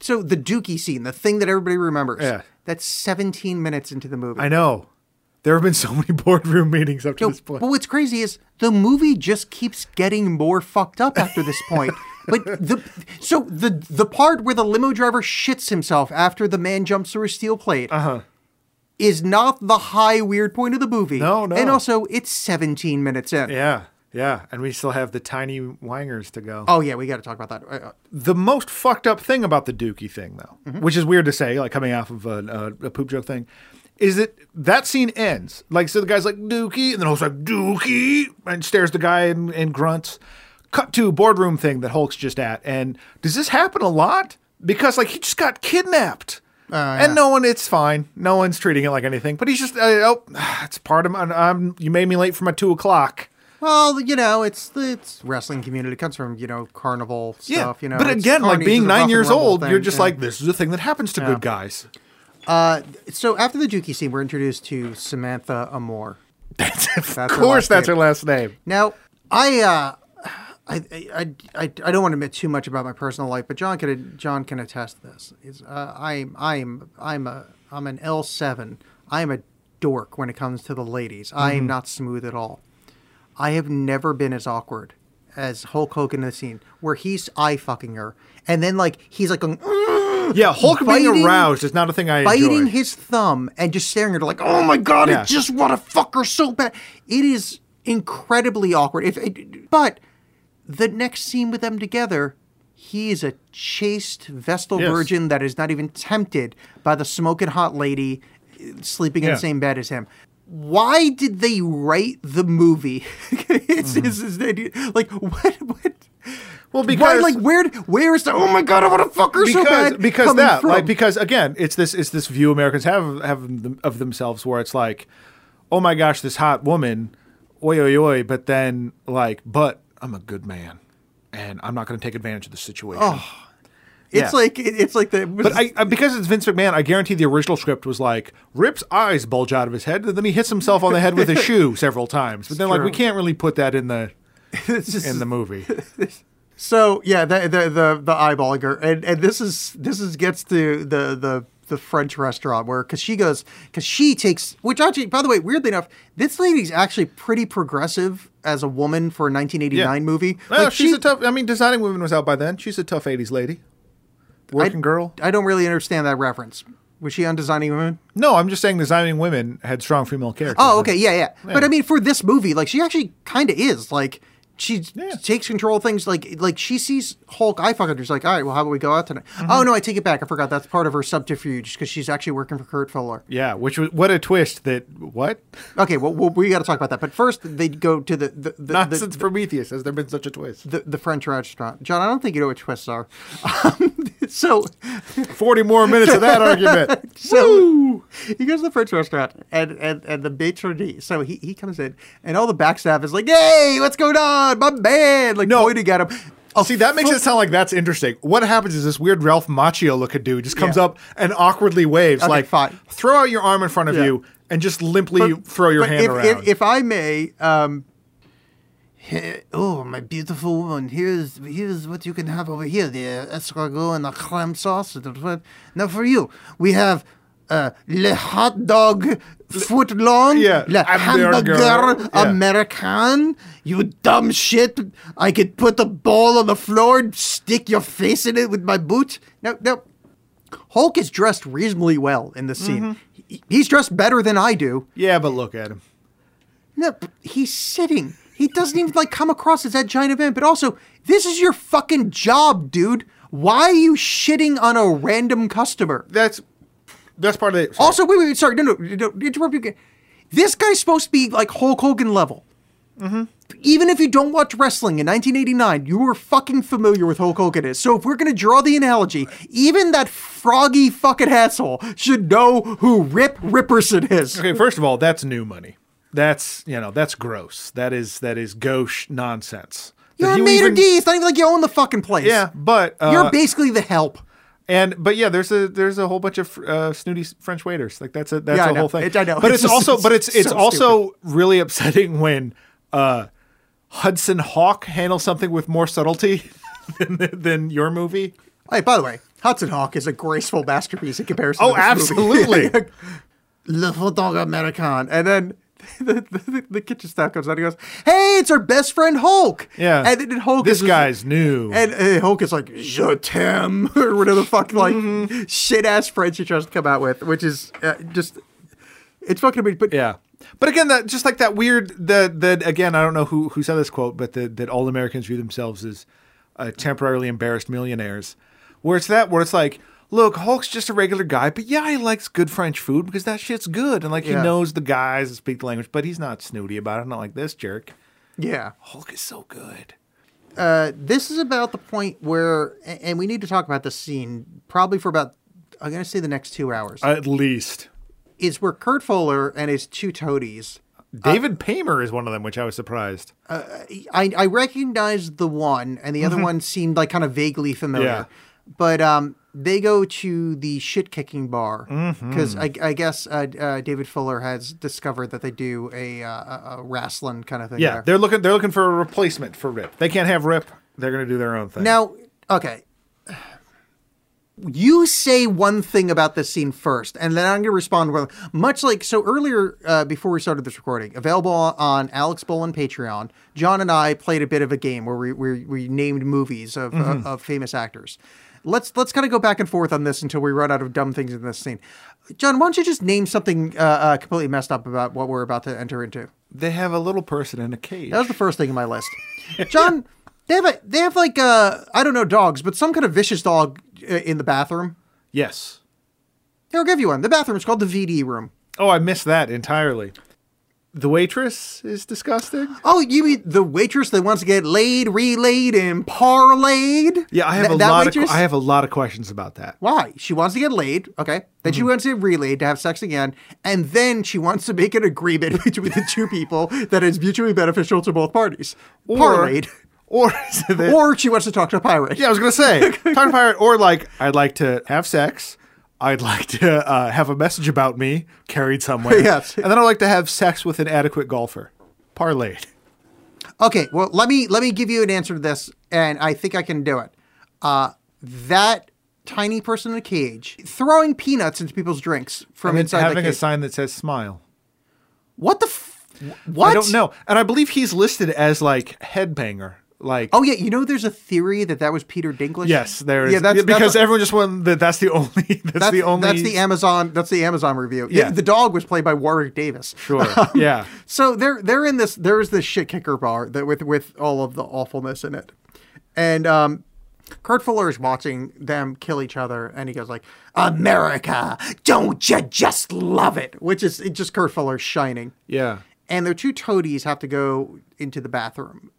So the Dookie scene, the thing that everybody remembers.
Yeah.
That's 17 minutes into the movie.
I know. There have been so many (laughs) boardroom meetings up to
No,
this point.
but what's crazy is the movie just keeps getting more fucked up after this point.
(laughs)
But the so the the part where the limo driver shits himself after the man jumps through a steel plate
Uh-huh.
is not the high weird point of the movie.
No, no.
And also, it's 17 minutes in.
Yeah, yeah, and we still have the tiny wangers to go.
Oh yeah, we got to talk about that. Uh, uh,
The most fucked up thing about the Dookie thing, though, which is weird to say, like coming off of a, a, a poop joke thing, is that that scene ends. Like, so the guy's like Dookie, and then Hulk's like Dookie, and stares the guy and, and grunts. Cut to boardroom thing that Hulk's just at, and does this happen a lot? Because like he just got kidnapped. And no one, it's fine. No one's treating it like anything. But he's just, uh, oh, it's part of my. I'm, you made me late for my two o'clock.
Well, you know, it's the it's wrestling community. It comes from you know carnival stuff. You know,
But
it's
again, like
carnies
being
and
nine
rough
years
and rumble
old, you're
thing,
just
yeah.
like, this is a thing that happens to good guys.
So after the Dookie scene, we're introduced to Samantha Amore.
of
That's her
course,
last
that's
name.
her last name.
Now, I, uh, I, I, I, I don't want to admit too much about my personal life, but John can John can attest to this. Is uh, I'm I'm I'm a I'm an L seven. I'm a dork when it comes to the ladies. I am not smooth at all. I have never been as awkward as Hulk Hogan in the scene where he's eye fucking her, and then like he's like going. "Mm,"
Yeah, Hulk
Biting-
being aroused is not a thing I
biting
enjoy.
his thumb and just staring at her like, "Oh my god,
Yeah.
I just want to fuck her so bad." It is incredibly awkward. If it, but the next scene with them together, he is a chaste vestal
Yes.
virgin that is not even tempted by the smoking hot lady uh, sleeping in
Yeah.
the same bed as him. Why did they (laughs) write the movie? it's, it's- it's- like what? What?
Mm-hmm. Well,
Why,
because
like, where, where is the? Oh my god, I want to fuck her so
because
bad.
because
coming
that
from?
like because again it's this it's this view Americans have have them- of themselves where it's like oh my gosh this hot woman oi oi oi but then like but I'm a good man and I'm not going to take advantage of the situation
it's
yeah.
like it- it's like the.
but I, I because it's Vince McMahon I guarantee the original script was like Rip's eyes bulge out of his head and then he hits himself on the head with a shoe several times but then like we
true.
can't really put that in the
it's just,
in the movie
So yeah, the the the, the eyeballer, and and this is this is gets to the the the French restaurant where because she goes because she takes which actually by the way weirdly enough this lady's actually pretty progressive as a woman for a 1989
Yeah.
movie.
well,
Like,
she's
she-
a tough I mean Designing Women was out by then she's a tough 80s lady working girl
I don't really understand that reference. Was she on Designing Women?
No, I'm just saying designing women had strong female characters.
Oh, okay, yeah, yeah. But I mean, for this movie, like she actually kind of is like she
Yeah.
takes control of things. Like like she sees Hulk, I fucking just like, all right, well, how about we go out tonight?
Mm-hmm.
Oh no, I take it back. I forgot that's part of her subterfuge because she's actually working for Kurt Fuller.
Yeah, which was what a twist that
(laughs)
what
Okay, well, well we got to talk about that. But first, they go to the the the,
not
the-
since Prometheus has there been such a twist.
the, the French restaurant. John, I don't think you know what twists are. (laughs) Um, so
Forty more minutes of that argument.
So he goes to the French restaurant and and, and the maitre d. So he, he comes in and all the backstaff is like, "Hey, what's going on, my man?" Like
No.
pointing at him.
(laughs)
A
See, that makes it sound like that's interesting. What happens is this weird Ralph Macchio looking dude just comes
Yeah.
up and awkwardly waves,
Okay,
like
fine.
throw out your arm in front of
Yeah.
you and just limply
But-
throw your
but
hand
if,
around.
If, if I may, um, he- oh my beautiful woman, here's here's what you can have over here: the uh, escargot and the clam sauce. and the fr- Now for you, we have. Uh, le hot dog foot long,
yeah,
le
hamburger,
hamburger,
yeah.
American. You dumb shit! I could put a ball on the floor and stick your face in it with my boot. No, no, Hulk is dressed reasonably well in this scene.
Mm-hmm.
He- He's dressed better than I do.
yeah, but look at him.
No, but he's sitting. He doesn't even like come across as that giant event. But also, this is your fucking job, dude. Why are you shitting on a random customer?
That's that's part of it. Sorry.
Also, wait, wait, wait, sorry, no, no, no, interrupt you. again. This guy's supposed to be like Hulk Hogan level.
Mm-hmm.
Even if you don't watch wrestling in 1989, you were fucking familiar with Hulk Hogan is. So if we're gonna draw the analogy, even that froggy fucking asshole should know who Rip Ripperson is.
Okay, first of all, that's new money. That's you know that's gross. That is that is gauche nonsense.
You're
Did
a
you
maitre
even-
d. It's not even like you own the fucking place.
Yeah, but uh,
you're basically the help.
And but yeah, there's a there's a whole bunch of uh, snooty French waiters. Like that's a that's
Yeah, I
a
know.
whole thing.
It- I know.
But it's,
It's (laughs) just-
also
it's
but it's it's
so
also really upsetting when uh, Hudson Hawk handles something with more subtlety (laughs) than, than your movie.
Hey, by the way, Hudson Hawk is a graceful masterpiece in comparison.
Oh,
to this
absolutely.
Movie. (laughs) Le Hot Dog American, and then. (laughs) The, the, the kitchen staff comes out and goes, Hey, it's our best friend Hulk.
(laughs) Yeah.
And then Hulk
This
is
guy's new.
And uh, Hulk is like, Je t'aime, (laughs) or whatever the fuck, like
Mm-hmm.
shit ass French he tries to come out with, which is uh, just, it's fucking amazing. But
yeah. But again, that just like that weird that that again, I don't know who who said this quote, but that that all Americans view themselves as uh, temporarily embarrassed millionaires. Where it's that where it's like, look, Hulk's just a regular guy, but yeah, he likes good French food because that shit's good, and like he
Yeah.
knows the guys that speak the language, but he's not snooty about it. Not like this jerk.
yeah.
Hulk is so good.
this is about the point where, a- and we need to talk about this scene probably for about, I'm going to say the next two hours,
At least
is where Kurt Fuller and his two toadies.
David Paymer is one of them, which I was surprised.
I, I recognized the one, and the other one seemed like kind of vaguely familiar.
Mm-hmm. Yeah.
But um, they go to the shit kicking bar
Mm-hmm.
because I, I guess uh, uh, David Fuller has discovered that they do a, uh, a, a wrestling kind of thing.
yeah,
there.
they're looking they're looking for a replacement for Rip. They can't have Rip. They're gonna do their own thing.
Now, okay. You say one thing about this scene first, and then I'm going to respond with much like so earlier uh, before we started this recording. Available on Alex Bolin Patreon. John and I played a bit of a game where we we, we named movies of, uh, of, of famous actors. Let's let's kind of go back and forth on this until we run out of dumb things in this scene. John, why don't you just name something uh, uh, completely messed up about what we're about to enter into?
they have a little person in a cage.
That was the first thing in my list. John, they have a, they have like uh I don't know dogs, but some kind of vicious dog uh, in the bathroom.
yes.
Here, I'll give you one. The bathroom is called the VD room.
Oh, I missed that entirely. The waitress is disgusting.
Oh, you mean the waitress that wants to get laid, relayed, and parlayed?
Yeah, I have
Th-
a
that
lot.
waitress?
Of, I have a lot of questions about that.
Why? She wants to get laid, okay? Then
Mm-hmm.
she wants to get relayed to have sex again, and then she wants to make an agreement (laughs) between the two people that is mutually beneficial to both parties. parlayed.
or is it that-
Or she wants to talk to a pirate.
yeah, I was gonna say talking pirate, or like I'd like to have sex. I'd like to uh, have a message about me carried
(laughs)
somewhere.
Yes.
and then I'd like to have sex with an adequate golfer. Parlayed.
Okay, well let me let me give you an answer to this, and I think I can do it. Uh, that tiny person in a cage throwing peanuts into people's drinks from
And
inside the
having
cage.
a sign that says "smile."
what the? F- what?
I don't know, and I believe he's listed as like headbanger. Like
Oh yeah, you know there's a theory that that was Peter Dinklage.
Yes, there is.
Yeah, that's
because
that's,
everyone just went that that's the only (laughs) that's,
that's
the only
that's the Amazon that's the Amazon review. Yeah,
Yeah.
the dog was played by Warwick Davis.
sure. (laughs) yeah.
So they're they're in this there's this shit kicker bar that with with all of the awfulness in it, and um, Kurt Fuller is watching them kill each other, and he goes like, "America, don't you just love it?" Which is it's just Kurt Fuller shining,
Yeah.
and their two toadies have to go into the bathroom.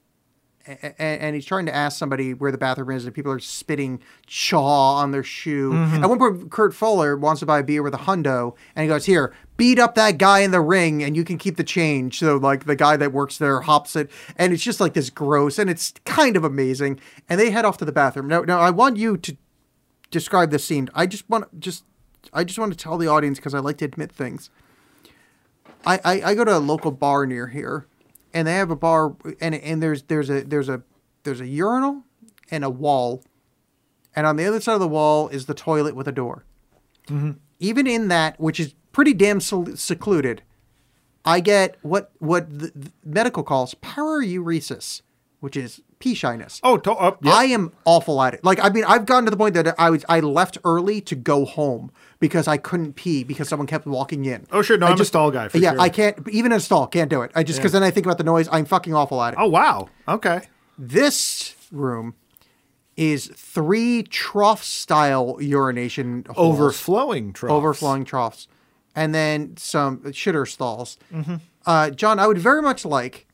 And, and he's trying to ask somebody where the bathroom is, and people are spitting chaw on their shoe. At one point, Kurt Fuller wants to buy a beer with a hundo, and he goes, "Here, beat up that guy in the ring, and you can keep the change." So, like the guy that works there hops it, and it's just like this gross, and it's kind of amazing. And they head off to the bathroom. Now, now I want you to describe this scene. I just want just I just want to tell the audience because I like to admit things. I, I I go to a local bar near here, and they have a bar and and there's there's a there's a there's a urinal and a wall, and on the other side of the wall is the toilet with a door. Even in that, which is pretty damn sol- secluded, I get what what the, the medical calls paruresis, which is pee shyness.
Oh, to- oh, yeah.
I am awful at it. Like I mean, I've gotten to the point that I was I left early to go home because I couldn't pee because someone kept walking in.
Oh, sure. No,
I
I'm a stall guy for
yeah,
sure.
I can't even in a stall. Can't do it. I just because then I think about the noise. I'm fucking awful at it.
oh wow. Okay.
This room is three trough style urination holes,
Overflowing troughs.
overflowing troughs, and then some shitter stalls.
Mm-hmm.
Uh, John, I would very much like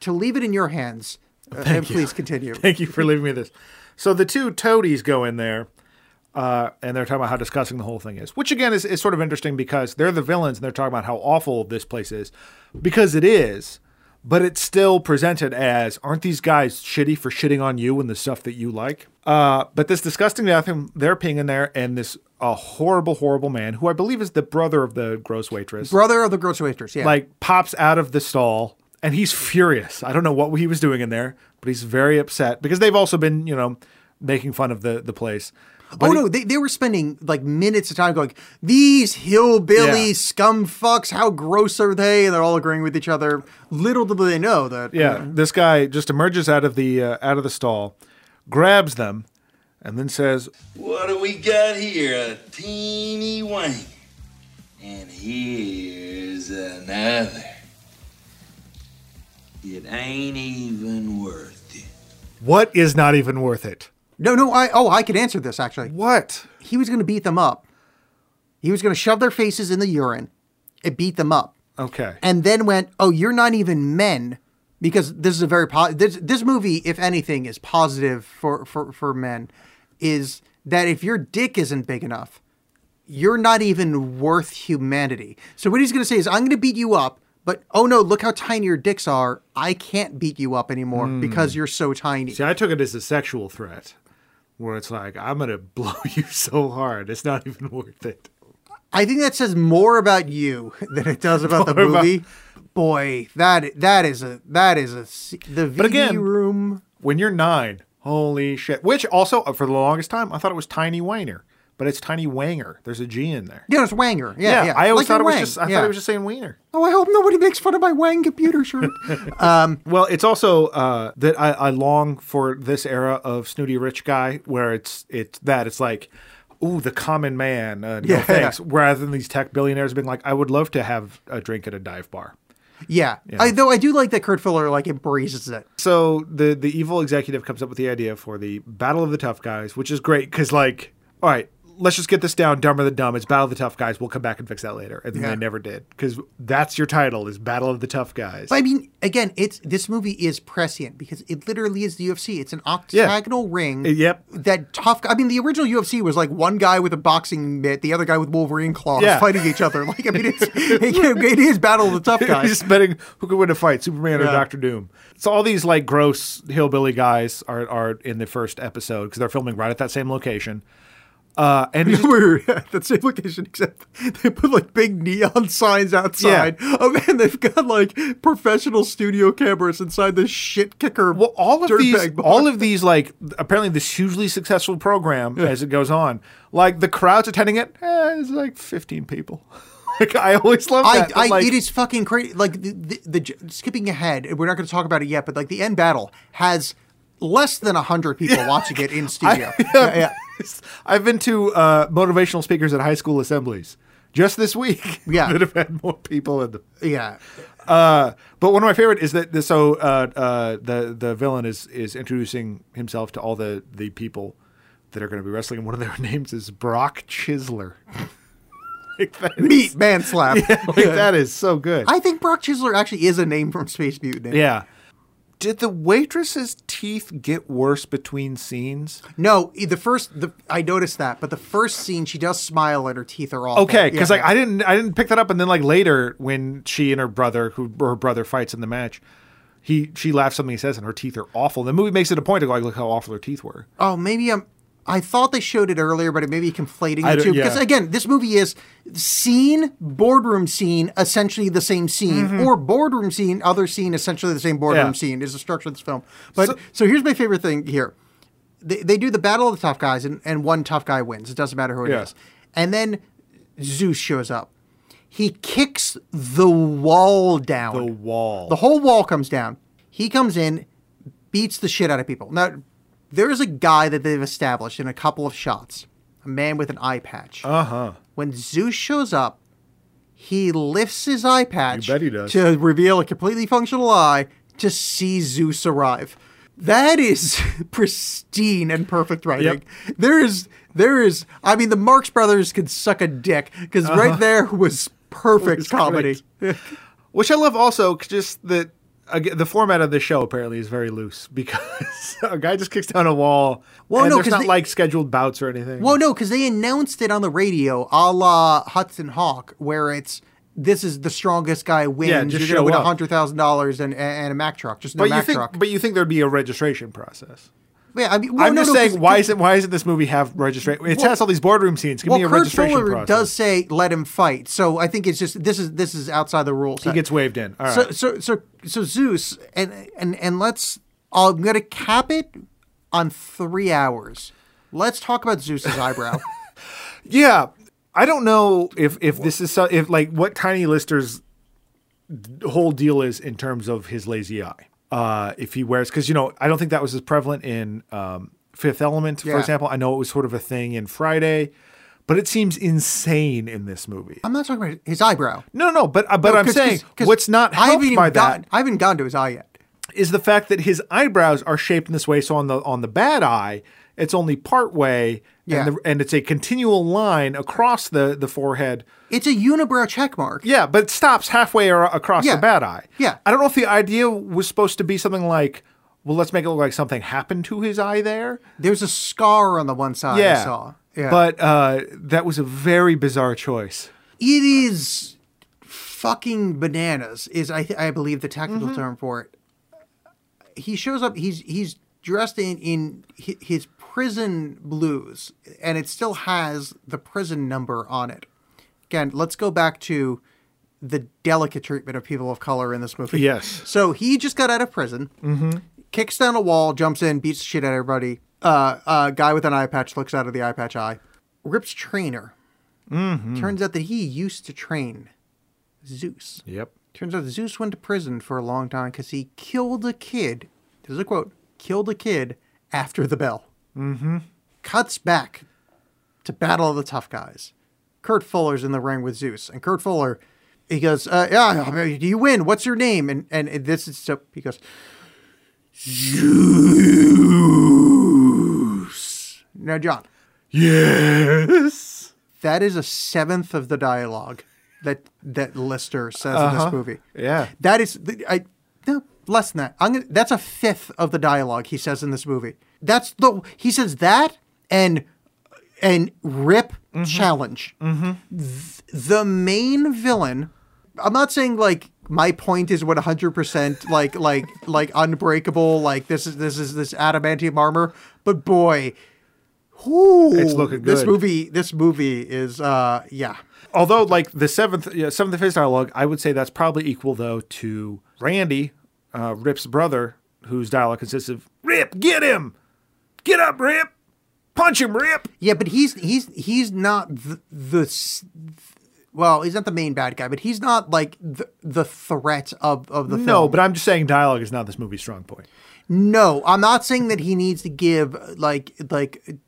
to leave it in your hands. uh, and please
(laughs)
continue.
Thank you for leaving me this. So the two toadies go in there, uh, and they're talking about how disgusting the whole thing is, which again is, is sort of interesting because they're the villains and they're talking about how awful this place is, because it is. But it's still presented as, aren't these guys shitty for shitting on you and the stuff that you like? Uh, but this disgusting bathroom, they're peeing in there, and this a horrible, horrible man who I believe is the brother of the gross waitress
Brother of the grocery waitress. Yeah.
like pops out of the stall and he's furious. I don't know what he was doing in there, but he's very upset because they've also been, you know, making fun of the the place. But
oh
he-
no, they, they were spending like minutes of time going, these hillbilly
Yeah.
scum fucks, how gross are they? And they're all agreeing with each other. Little do they know that.
yeah, Uh, this guy just emerges out of the uh, out of the stall, grabs them, and then says,
What do we got here? A teeny wang. And here's another. It ain't even worth it.
"What is not even worth it?
No, no, I oh I could answer this actually.
What?
He was gonna beat them up. He was gonna shove their faces in the urine and beat them up.
Okay,
And then went, Oh, you're not even men. Because this is a very po- this this movie, if anything, is positive for, for, for men, is that if your dick isn't big enough, you're not even worth humanity. So what he's going to say is, I'm going to beat you up, but oh no, look how tiny your dicks are. I can't beat you up anymore because you're so tiny.
Hmm. see, I took it as a sexual threat, where it's like, I'm gonna (laughs) blow you so hard, it's not even worth it."
I think that says more about you (laughs) than
(laughs)
it does about the
More about-
movie. Boy, that that is a that is a s- the VD
again-
room.
when you're nine, holy shit. Which also, uh, for the longest time, I thought it was Tiny Wainer, but it's Tiny Wanger. There's a G in there.
Yeah, it's Wanger. Yeah, yeah.
I always thought
Like your
it was
Wang,
just. I
yeah.
thought it was just saying Wiener.
Oh, I hope nobody makes fun of my Wang computer
(laughs)
shirt.
Well, it's also uh, that I, I long for this era of snooty rich guy, where it's it's that it's like, ooh, the common man. Uh, no
Yeah.
thanks. Rather than these tech billionaires being like, I would love to have a drink at a dive bar.
yeah. I, though I do like that Kurt Fuller like embraces it.
So the the evil executive comes up with the idea for the Battle of the Tough Guys, which is great because like, all right, let's just get this down. Dumber than dumb. It's Battle of the Tough Guys. We'll come back and fix that later. And then
Yeah.
they never did because that's your title is Battle of the Tough Guys. (laughs)
But I mean, again, it's this movie is prescient because it literally is the UFC. It's an octagonal ring.
Uh, yep.
That tough. I mean, the original UFC was like one guy with a boxing mitt, the other guy with Wolverine claws
Yeah.
fighting each other. Like, I
(laughs)
mean, it's it, it is battle of the tough
He's
guys.
just (laughs) betting who could win a fight, Superman or
Yeah.
Doctor Doom. So all these like gross hillbilly guys are are in the first episode because they're filming right at that same location. Uh, (laughs) and
(laughs)
it's just-
We're at the same location, except they put like big neon signs outside. Oh man, they've got like professional studio cameras inside this shit kicker.
well, all of these,
dirtbag bar.
all of these, like apparently this hugely successful program as it goes on, like the crowds attending it eh, is like fifteen people. (laughs) like I always love
I,
that. but,
I
like,
it is fucking crazy. Like the, the, the j- skipping ahead, and we're not going to talk about it yet, but like the end battle has less than hundred people watching (laughs) it in studio. yeah, yeah,
I've been to uh, motivational speakers at high school assemblies just this week. (laughs)
Yeah.
that have had more people in them.
yeah.
Uh, but one of my favorite is that the, so uh, uh, the the villain is is introducing himself to all the the people that are going to be wrestling, and one of their (laughs) names is Brock Chisler. like that,
Meat
(laughs)
man slap.
like that is so good.
I think Brock Chisler actually is a name from Space Mutant.
yeah. Did the waitress's teeth get worse between scenes?
No, i- the first the I noticed that, but the first scene she does smile and her teeth are all
Okay, because like I didn't, I didn't pick that up, and then like later when she and her brother, who her brother fights in the match, he she laughs something he says, and her teeth are awful. The movie makes it a point to go like, look how awful her teeth were.
Oh, maybe I'm. I thought they showed it earlier, but it may be conflating
I
the
don't-
two. Because
yeah.
again, this movie is scene, boardroom scene, essentially the same scene, or boardroom scene, other scene, essentially the same boardroom
Mm-hmm. Yeah.
scene. Is the structure of this film. But so, here's my favorite thing here. They, they do the battle of the tough guys, and, and one tough guy wins. It doesn't matter who it is.
Yeah.
And then Zeus shows up. He kicks the wall down.
The wall.
The whole wall comes down. He comes in, beats the shit out of people. Now, there is a guy that they've established in a couple of shots, a man with an eye patch. Uh
Uh-huh.
huh. When Zeus shows up, he lifts his eye patch
bet he does.
to reveal a completely functional eye to see Zeus arrive. That is (laughs) pristine and perfect writing. There is, there is. I mean, the Marx Brothers could suck a dick because right
(laughs)
there was perfect
Uh-huh. was
comedy.
(laughs) Which I love also, 'cause just that again, the format of the show apparently is very loose (laughs) because a guy just kicks down a wall.
Well,
and
no,
there's
'cause
not
they-
like scheduled bouts or anything.
Well, no, because they announced it on the radio, a la Hudson Hawk, where it's this is the strongest guy wins.
Yeah, just
You're gonna
show
win
up.
hundred thousand dollars and and a Mack truck, just no
but you
Mack
think,
truck.
but you think there'd be a registration process?
yeah, I mean, well,
I'm
no,
just
no, 'cause-
saying, why isn't why isn't this movie have registration? It
Well-
has all these boardroom scenes. Give
Well,
me a
Kurt
registration
Fuller
process.
does say let him fight, so I think it's just this is this is outside the rules.
he gets waved in. All right.
so so so so Zeus and and and let's I'm gonna cap it on three hours. Let's talk about Zeus's
(laughs)
eyebrow.
Yeah, I don't know if if this is so, if like what Tiny Lister's whole deal is in terms of his lazy eye. Uh, if he wears, because you know, I don't think that was as prevalent in um, Fifth Element, for
Yeah.
example. I know it was sort of a thing in Friday, but it seems insane in this movie.
I'm not talking about his eyebrow.
No, no, but uh, but
No,
I'm
'cause-
saying
'cause- 'cause
what's not
I haven't
helped
even
by that
gotten, I haven't gotten to his eye yet.
is the fact that his eyebrows are shaped in this way. So on the on the bad eye, it's only part way, and,
Yeah.
the, and it's a continual line across the the forehead.
It's a unibrow check mark.
Yeah, but it stops halfway ar- across
Yeah.
the bad eye.
Yeah.
I don't know if the idea was supposed to be something like, well, let's make it look like something happened to his eye there.
There's a scar on the one side
Yeah.
I saw. Yeah.
But uh, that was a very bizarre choice.
it is fucking bananas is I th- I believe the technical term for it. He shows up he's he's dressed in in hi- his prison blues and it still has the prison number on it. Again, let's go back to the delicate treatment of people of color in this movie.
Yes.
So he just got out of prison. Kicks down a wall, jumps in, beats the shit out of everybody. Uh, uh, guy with an eye patch looks out of the eye patch eye. Rips trainer. Turns out that he used to train Zeus.
Yep.
Turns out Zeus went to prison for a long time because he killed a kid. This is a quote killed a kid after the bell. Mm-hmm. Cuts back to battle of the tough guys. Kurt Fuller's in the ring with Zeus, and Kurt Fuller, he goes, uh, "Yeah, you win. What's your name?" And and this is so he goes, "Zeus." Now, John,
Yes.
That is a seventh of the dialogue that that Lister says in this movie.
Yeah.
That is, I no less than that. I'm gonna, that's a fifth of the dialogue he says in this movie. That's the he says that and and rip
Mm-hmm.
challenge. Th- the main villain. I'm not saying like my point is what 100 percent like like like unbreakable like this is this is this adamantium armor, but boy. Ooh,
It's looking
This
good.
movie, this movie is, uh, yeah.
Although, like the seventh, yeah, seventh of his dialogue, I would say that's probably equal though to Randy, uh, Rip's brother, whose dialogue consists of "Rip, get him, get up, Rip, punch him, Rip."
Yeah, but he's he's he's not the, the s- well, he's not the main bad guy, but he's not like the, the threat of of the
No,
film.
but I'm just saying dialogue is not this movie's strong point.
No, I'm not saying that he needs to give like like rip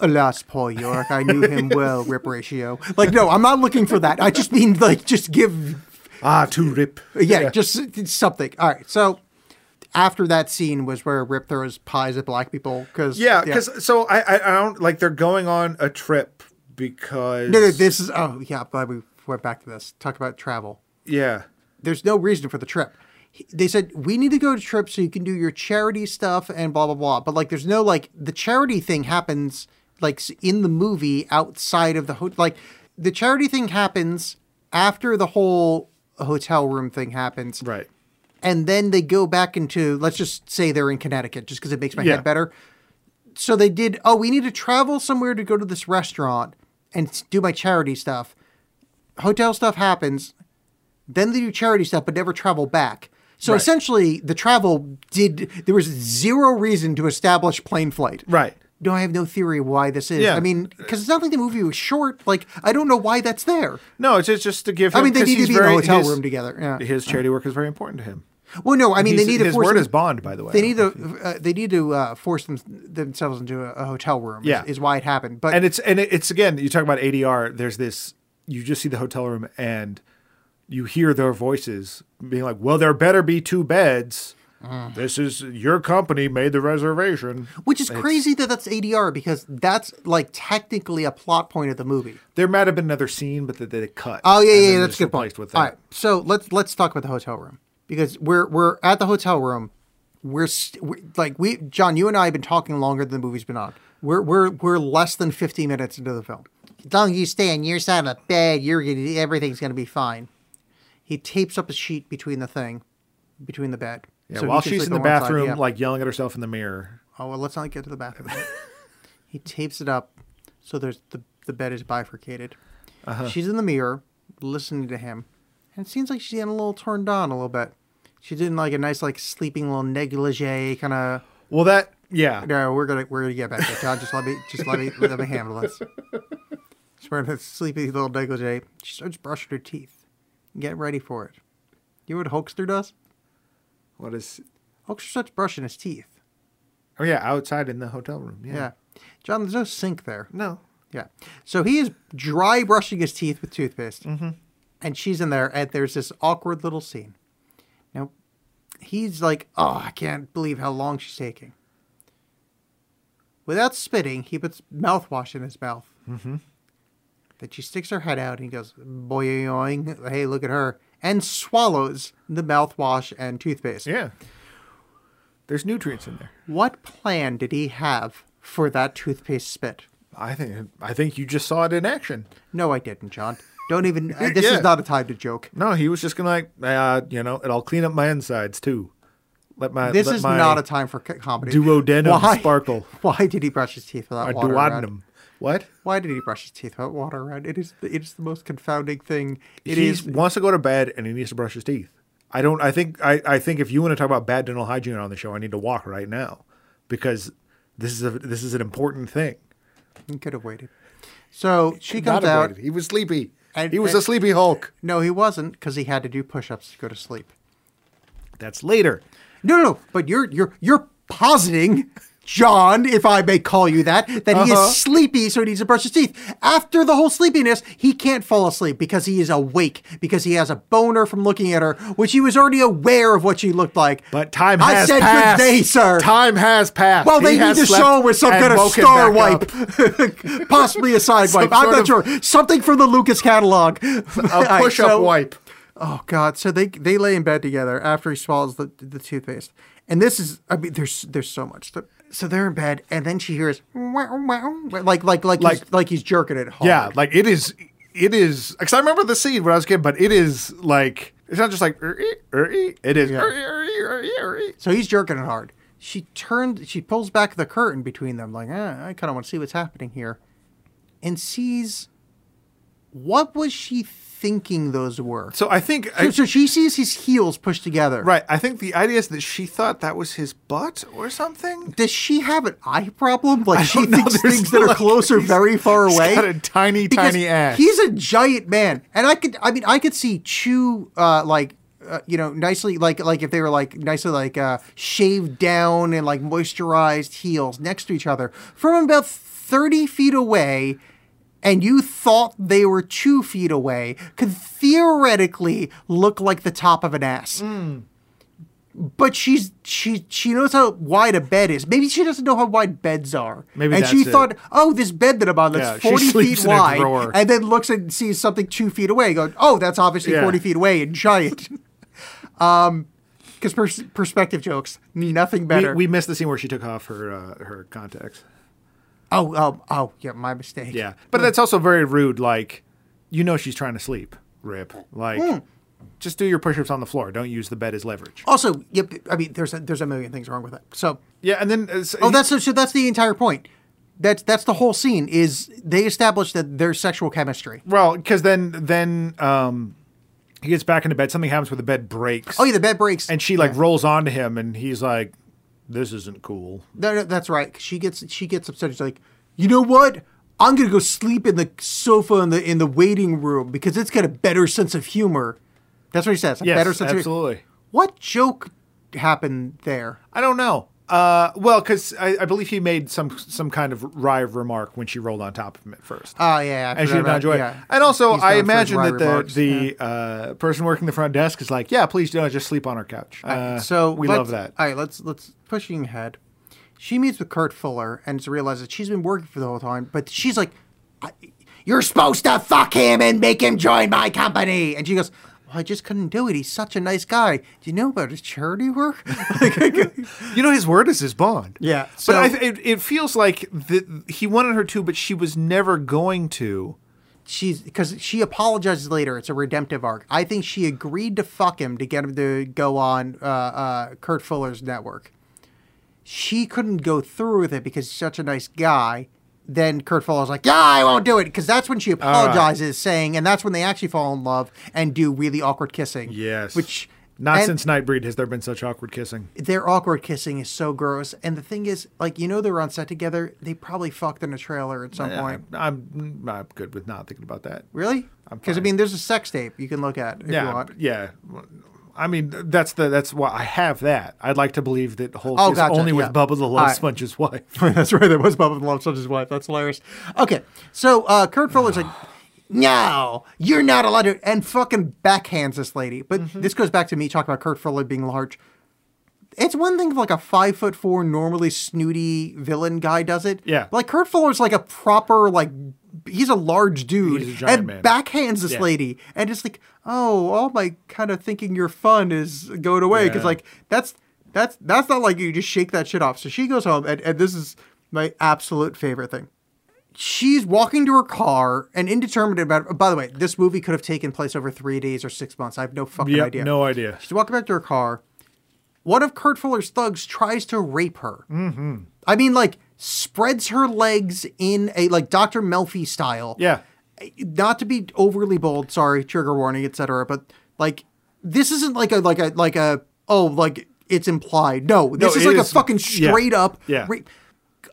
alas Paul York. I knew
(laughs)
him well, rip ratio. Like no, I'm not looking for that. I just mean like just give
Ah, to Rip.
yeah, just something. All right, so after that scene was where Rip throws pies at black people because
Yeah, because so I, I I don't like they're going on a trip because
No, no, this is. Oh, yeah. I'm glad we went back to this. Talk about travel.
yeah
There's no reason for the trip. He- They said we need to go to trip so you can do your charity stuff and blah blah blah. But like, there's no like the charity thing happens like s- in the movie outside of the hotel. Like, the charity thing happens after the whole hotel room thing happens
right
and then they go back into let's just say they're in Connecticut just because it makes my
Yeah.
head better. So they did. Oh, we need to travel somewhere to go to this restaurant and s- do my charity stuff. Hotel stuff happens. Then they do charity stuff, but never travel back. So
Right.
essentially, the travel did. There was zero reason to establish plane flight.
right
No, I have no theory why this is.
Yeah.
I mean, because it's not like the movie was short. Like I don't know why that's there.
no it's just, just to give him,
I mean, they
'cause
need to
he's
be in a
very-
hotel
his-
room together. Yeah.
his charity work is very important to him
Well, no, I mean
He's-
they need to
his
force
word
them-
is bond by the way
They need to uh, they need to uh, force them, themselves into a, a hotel room. is-
Yeah.
is, why it happened. But
and it's and it's again you talk about ADR there's this you just see the hotel room and you hear their voices being like well there better be two beds
Mm.
this is your company made the reservation
which is crazy that that's ADR because that's like technically a plot point of the movie.
there might have been another scene but that they cut
Oh yeah,
and
yeah,
then
yeah,
they
that's
just
a good point.
replaced with
All
that.
right, so let's let's talk about the hotel room because we're we're at the hotel room. We're, st- we're like we John, you and I have been talking longer than the movie's been on. We're we're we're less than fifteen minutes into the film. As long as you stay on your side of the bed, you're gonna, everything's gonna be fine. He tapes up a sheet between the thing, between the bed.
yeah,
So he
while
can
she's
sleep
in the
on one side,
bathroom
yeah.
like yelling at herself in the mirror
Oh well, let's not get to the bathroom.
(laughs)
he tapes it up, so there's the the bed is bifurcated.
Uh-huh.
She's in the mirror, listening to him, and it seems like she's getting a little turned on a little bit. She's in like a nice like sleeping little negligee kind of.
well that yeah
No, we're gonna we're gonna get back to it. John, just let me just let me let me
(laughs)
handle this. She's wearing this sleepy little negligee. She starts brushing her teeth, get ready for it. You know what a hoaxer does?
what is
Hoaxer starts brushing his teeth.
oh yeah outside in the hotel room yeah,
Yeah, John, there's no sink there.
no
Yeah. So he is dry brushing his teeth with toothpaste. And she's in there, and there's this awkward little scene. Now, he's like, oh, I can't believe how long she's taking. Without spitting, he puts mouthwash in his mouth. Mm-hmm. Then she sticks her head out and he goes, boing, hey, look at her, and swallows the mouthwash and toothpaste.
yeah there's nutrients in there
What plan did he have for that toothpaste spit?
I think I think you just saw it in action
No, I didn't, John.
(laughs)
Don't even. uh, this
Yeah.
is not a time to joke.
No, he was just gonna like, uh, you know, it'll clean up my insides too. Let my
This
let
is
my
not a time for co- comedy.
duodenum sparkle.
(laughs) Why did he brush his teeth without
my
water
duodenum.
around?
What?
Why did he brush his teeth without water around? It is. It is the most confounding thing. It
he
is.
wants to go to bed and he needs to brush his teeth. I don't. I think. I, I think if you want to talk about bad dental hygiene on the show, I need to walk right now because this is a this is an important thing.
He could have waited. So she
Not
comes out.
avoided. He was sleepy.
And-
he was
and-
a sleepy Hulk.
No, he wasn't because he had to do push-ups to go to sleep.
That's later.
No, no, no. But you're you're you're positing John, if I may call you that, that he
Uh-huh.
is sleepy, so he needs to brush his teeth. After the whole sleepiness, he can't fall asleep because he is awake, because he has a boner from looking at her, which he was already aware of what she looked like.
But time
I
has
said
passed.
good day, sir.
Time has passed.
well, they
He
need
has
to
slept
show him with some
and
kind of
woken
star
back up.
wipe, (laughs) possibly a
(laughs)
side
Some
wipe. I'm not
sort
sure. Something from the Lucas catalog. (laughs) A
A push up wipe.
Oh God! So they they lay in bed together after he swallows the the toothpaste, and this is I mean there's there's so much. So they're in bed, and then she hears wow wow like like like like he's,
Like-
like he's jerking it hard.
Yeah, like it is. It is because I remember the scene when I was a kid, but it is like it's not just like "Er, ee, er, ee." it is. "Er, ee, er, ee, er, ee, er, ee."
So he's jerking it hard. She turned. She pulls back the curtain between them, like eh, I kind of want to see what's happening here, and sees what was she thinking those were. So,
So I think
(laughs)
I,
so she sees his heels pushed together.
right. I think the idea is that she thought that was his butt or something.
Does she have an eye problem? Like she
don't know.
thinks
There's
things that are
like-
closer
he's-
very far
he's
away.
got a tiny,
Because
tiny ass.
He's a giant man, and I could. I mean, I could see Chew uh, like. Uh, you know, nicely like like if they were like nicely like uh, shaved down and like moisturized heels next to each other from about thirty feet away, and you thought they were two feet away, could theoretically look like the top of an ass but she's she she knows how wide a bed is. Maybe she doesn't know how wide beds are.
Maybe
and she
that's it.
thought, oh, this bed that I'm on that's
Yeah, she
forty
(laughs) sleeps
feet
in a
wide,
drawer.
and then looks and sees something two feet away, going, oh, that's obviously
Yeah.
forty feet away and giant. (laughs) um, because pers- perspective jokes mean nothing
We,
better.
we missed the scene where she took off her uh, her contacts.
oh oh oh yeah, Hmm. my mistake.
Yeah, but that's also very rude. Like, you know, she's trying to sleep. Rip. Like,
Hmm.
just do your push-ups on the floor. Don't use the bed as leverage.
Also, yep. I mean, there's a, there's a million things wrong with it. So
Yeah, and then uh, so
Oh, that's so. That's the entire point. That's that's the whole scene. Is they establish that there's sexual chemistry.
well because then then um he gets back into bed. Something happens where the bed breaks.
Oh yeah, the bed breaks.
and she like rolls onto him, and he's like, "This isn't cool."
No, no, that's right. 'Cause She gets she gets upset. She's like, you know what? I'm gonna go sleep in the sofa in the in the waiting room because it's got a better sense of humor. That's what he says. A
Yes,
better sense of
absolutely.
humor. What joke happened there?
I don't know. Uh, well, because I, I believe he made some some kind of wry remark when she rolled on top of him at first.
Oh yeah, I
and she
forgot
did
about-
not enjoy it.
yeah.
And also,
He's
I
known for his
imagine
wry
that the
remarks.
the uh, person working the front desk is like, "Yeah, please don't just sleep on our couch." Uh,
so
we
let's-
love that.
All right, let's let's pushing ahead. She meets with Kurt Fuller and realizes that she's been working for the whole time, but she's like, I, "You're supposed to fuck him and make him join my company." And she goes, "Well, I just couldn't do it. He's such a nice guy. Do you know about his charity work?"
you know, his word is his bond.
Yeah,
but
so-
I, it, it feels like the, he wanted her to, but she was never going to.
she's because she apologizes later. It's a redemptive arc. I think she agreed to fuck him to get him to go on uh, uh, Kurt Fuller's network. She couldn't go through with it because he's such a nice guy. Then Kurt Fuller's like, "Yeah, I won't do it," because that's when she apologizes, saying, and that's when they actually fall in love and do really awkward kissing. which
not
and-
since Nightbreed has there been such awkward kissing.
their awkward kissing is so gross. And the thing is, like, you know, they're on set together. They probably fucked in a trailer at some point.
I'm I'm good with not thinking about that.
Really? Because I
fine.
mean, there's a sex tape you can look at if you
Yeah,
want.
yeah. I mean, that's the that's why I have that. I'd like to believe that Hulk
Oh,
is
gotcha,
only
yeah.
with Bubba the
All
Love
right.
Sponge's wife.
(laughs) That's right. There was Bubba the Love Sponge's wife. That's hilarious. Okay, so uh, Kurt Fuller's like, "No, you're not allowed to," and fucking backhands this lady. But
Mm-hmm.
this goes back to me talking about Kurt Fuller being large. It's one thing if like a five foot four, normally snooty villain guy does it.
Yeah.
But, like Kurt Fuller's like a proper like. He's a large dude
He's a giant
and
man.
backhands this
Yeah.
lady and just like, oh, all my kind of thinking you're fun is going away because
Yeah.
like that's that's that's not like you just shake that shit off. So she goes home, and, and this is my absolute favorite thing. She's walking to her car and indeterminate about. By the way, this movie could have taken place over three days or six months. I have no fucking
Yep,
idea.
no idea.
She's walking back to her car. One of Kurt Fuller's thugs tries to rape her. Mm-hmm. I mean, like spreads her legs in a like Dr. Melfi style
Yeah,
not to be overly bold, sorry, trigger warning, etc. But like, this isn't like a like a like a oh like it's implied. No, this is
it
like
is-
a fucking
yeah.
straight up.
Yeah.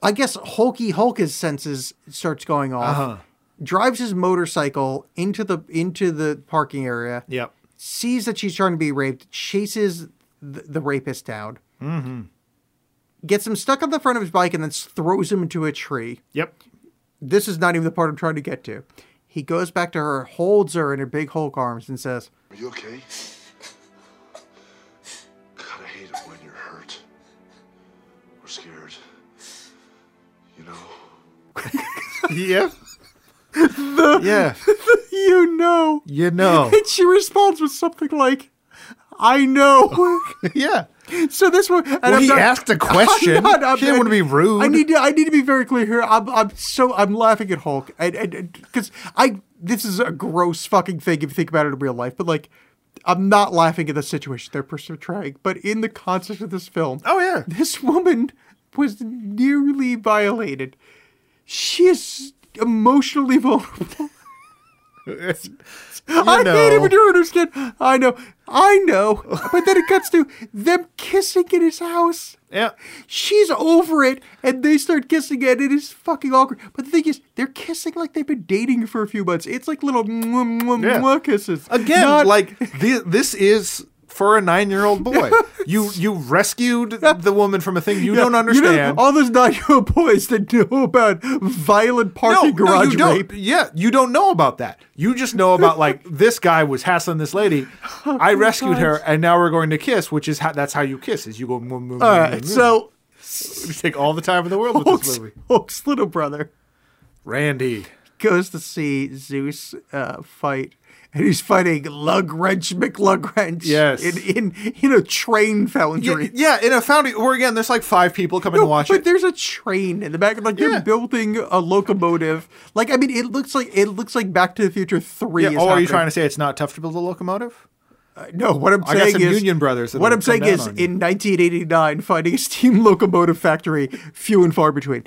I guess Hulky Hulk's senses starts going off.
Uh-huh.
Drives his motorcycle into the into the parking area.
yep. Mm-hmm.
Sees that she's trying to be raped. Chases the, the rapist down. gets him stuck on the front of his bike, and then s- throws him into a tree.
Yep.
This is not even the part I'm trying to get to. He goes back to her, holds her in her big Hulk arms, and says,
Are you okay? God, I hate it when you're hurt or scared. You know?
(laughs) Yeah. yeah.
You know.
You
(laughs)
know.
And she responds with something like, I know. (laughs)
yeah.
so this one. And
Well,
I'm
he
not-
asked a
(laughs) I'm
question.
not- I'm-
she didn't want to be rude.
I need to. I need to be very clear here. I'm. I'm so. I'm laughing at Hulk, and because I. This is a gross fucking thing if you think about it in real life, but like, I'm not laughing at the situation they're portraying. But in the context of this film,
Oh, yeah.
(laughs) this woman was nearly violated. She is emotionally vulnerable. I
know.
can't even do her skin. I know. I know. But then it cuts to them kissing in his house.
Yeah.
She's over it, and they start kissing, and it is fucking awkward. But the thing is, they're kissing like they've been dating for a few months. It's like little mwah, mwah,
Yeah.
mwah kisses.
Again,
Not-
like thi- this is for a nine-year-old
(laughs)
boy. you you rescued the woman from a thing you
Yeah,
don't
You know,
understand.
all those nine-year-old boys that know about violent parking garage
you don't.
rape.
Yeah, you don't know about that. You just know about (laughs) like this guy was hassling this lady. I rescued her, and now we're going to kiss, which is how that's how you kiss. Is you go. All
All right, so
you take all the time in the world with
Hulk's,
this movie.
Hulk's little brother
Randy.
goes to see Zeus uh, fight, and he's fighting Lugwrench McLugwrench.
Yes.
in in, in a train foundry.
Yeah, yeah, in a foundry where again, there's like five people coming to
No,
watch
but
it.
there's a train in the back. Like they're
Yeah.
building a locomotive. Like I mean, it looks like it looks like Back to the Future Three.
Yeah,
is
oh, are you
happening.
trying to say it's not tough to build a locomotive?
No, what I'm
I got
saying
some
is
Union Brothers that
What
will come
I'm saying
down
is,
on you.
in 1989, finding a steam locomotive factory, few and far between.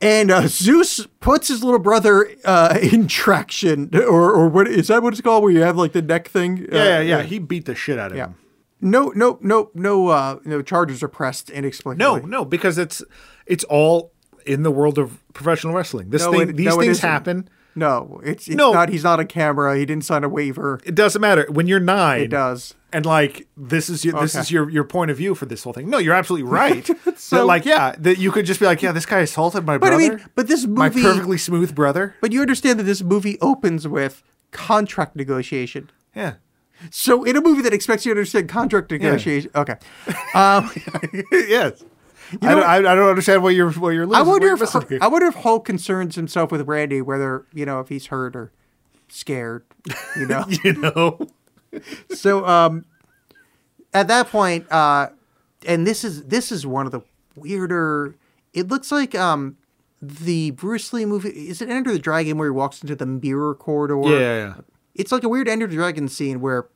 And uh, Zeus puts his little brother uh, in traction, or or what is that? What it's called, where you have like the neck thing? Uh,
Yeah, yeah, yeah. He beat the shit out of
yeah.
him.
No, no, no, no, uh, no charges are pressed
No,
inexplicably.
no, because it's it's all in the world of professional wrestling. This
No,
thing,
it-
these
no, it
things
isn't.
happen.
no, it's, it's
No.
not. He's not on camera. He didn't sign a waiver.
It doesn't matter when you're nine.
It does.
And like this is your this
Okay.
is your your point of view for this whole thing. No, you're absolutely (laughs) right. so
So-
like yeah, that you could just be like yeah, this guy assaulted my
But I
brother.
mean, but this
my
movie-
perfectly smooth brother.
But you understand that this movie opens with contract negotiation.
Yeah.
So in a movie that expects you to understand contract negotiation, okay.
(laughs) yes. I,
know
don't, I, I don't understand what you're what you're losing.
I
what
wonder
you're
if
missing
Hulk-
here.
I wonder if Hulk concerns himself with Randy, whether you know if he's hurt or scared, you know.
(laughs) you know.
so um, at that point, uh, and this is this is one of the weirder. It looks like um, the Bruce Lee movie. Is it Enter the Dragon where he walks into the mirror corridor? it's like a weird Enter the Dragon scene where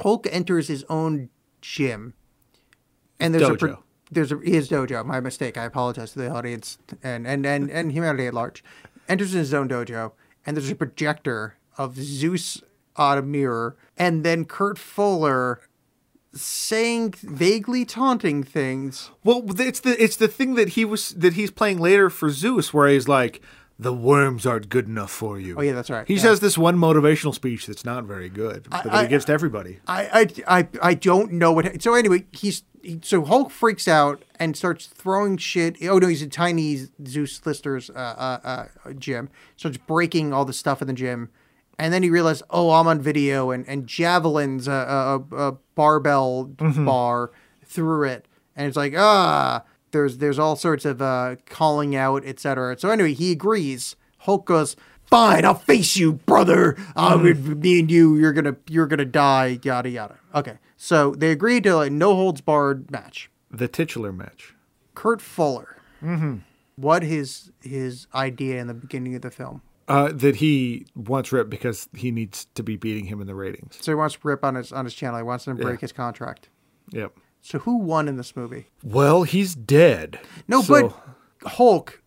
Hulk enters his own gym, and there's a
Dojo.
pro- there's a his dojo. My mistake. I apologize to the audience and and and and humanity at large. Enters his own dojo, and there's a projector of Zeus on a mirror, and then Kurt Fuller saying vaguely taunting things.
Well, th- it's the it's the thing that he was that he's playing later for Zeus, where he's like, "The worms aren't good enough for you." Oh
yeah, that's right,
He
yeah.
says this one motivational speech that's not very good, but that
I-
he gives to everybody.
I, I, I, I don't know what. So anyway, he's he, so Hulk freaks out and starts throwing shit. Oh no, he's in tiny Zeus Lister's uh, uh, uh, gym. Starts breaking all the stuff in the gym, and then he realizes, oh, I'm on video, and and javelins a a, a barbell bar through it, and it's like ah, there's there's all sorts of uh, calling out, etc. So anyway, he agrees. Hulk goes, "Fine, I'll face you, brother. I would me and you. You're gonna you're gonna die. Yada yada." Okay, so they agreed to a no holds barred match.
The titular match.
Kurt Fuller. Mm-hmm. What his his idea in the beginning of the film?
Uh, that he wants Rip because he needs to be beating him in the ratings.
So he wants to rip on his on his channel. He wants him to break his contract.
Yep.
So who won in this movie?
Well, he's dead.
No,
So-
but Hulk